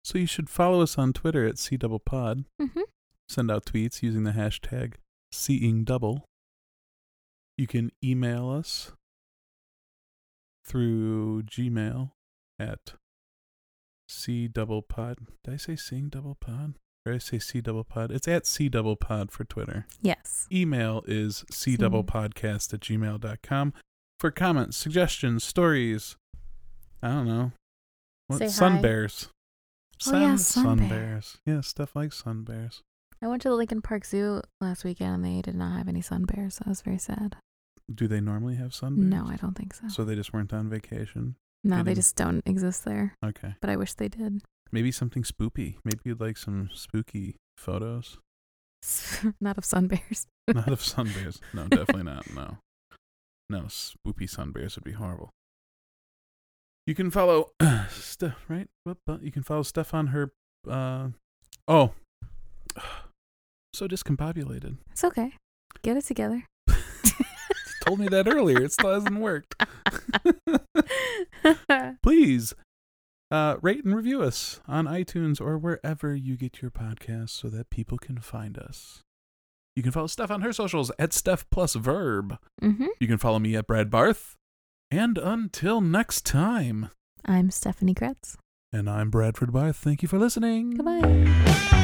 [SPEAKER 1] So you should follow us on Twitter at C Double Pod.
[SPEAKER 2] Mm-hmm.
[SPEAKER 1] Send out tweets using the hashtag Seeing Double. You can email us through Gmail at C Double Pod. Did I say Seeing Double Pod? Or did I say C Double Pod? It's at C Double Pod for Twitter.
[SPEAKER 2] Yes.
[SPEAKER 1] Email is C Double Podcast at gmail.com for comments, suggestions, stories. I don't know. What,
[SPEAKER 2] Say
[SPEAKER 1] sun
[SPEAKER 2] hi.
[SPEAKER 1] bears.
[SPEAKER 2] Oh, yeah,
[SPEAKER 1] sun,
[SPEAKER 2] sun bear.
[SPEAKER 1] bears. Yeah, stuff like sun bears.
[SPEAKER 2] I went to the Lincoln Park Zoo last weekend, and they did not have any sun bears. So I was very sad.
[SPEAKER 1] Do they normally have sun bears?
[SPEAKER 2] No, I don't think so.
[SPEAKER 1] So they just weren't on vacation.
[SPEAKER 2] No,
[SPEAKER 1] They
[SPEAKER 2] they
[SPEAKER 1] didn't-
[SPEAKER 2] just don't exist there.
[SPEAKER 1] Okay.
[SPEAKER 2] But I wish they did.
[SPEAKER 1] Maybe something spoopy. Maybe you'd like some spooky photos.
[SPEAKER 2] Not of sun bears.
[SPEAKER 1] Uh-huh. Not of sun bears. No, definitely not. No. No, spoopy sun bears would be horrible. You can follow Ste- right. Whoop, uh, You can follow Steph on her. Uh, oh, so discombobulated.
[SPEAKER 2] It's okay. Get it together.
[SPEAKER 1] Told me that earlier. It still hasn't worked. Please uh, rate and review us on iTunes or wherever you get your podcasts, so that people can find us. You can follow Steph on her socials at Steph plus Verb.
[SPEAKER 2] hmm
[SPEAKER 1] You can follow me at Brad Barth. And until next time,
[SPEAKER 2] I'm Stephanie Kretz.
[SPEAKER 1] and I'm Bradford Barth. Thank you for listening.
[SPEAKER 2] Goodbye.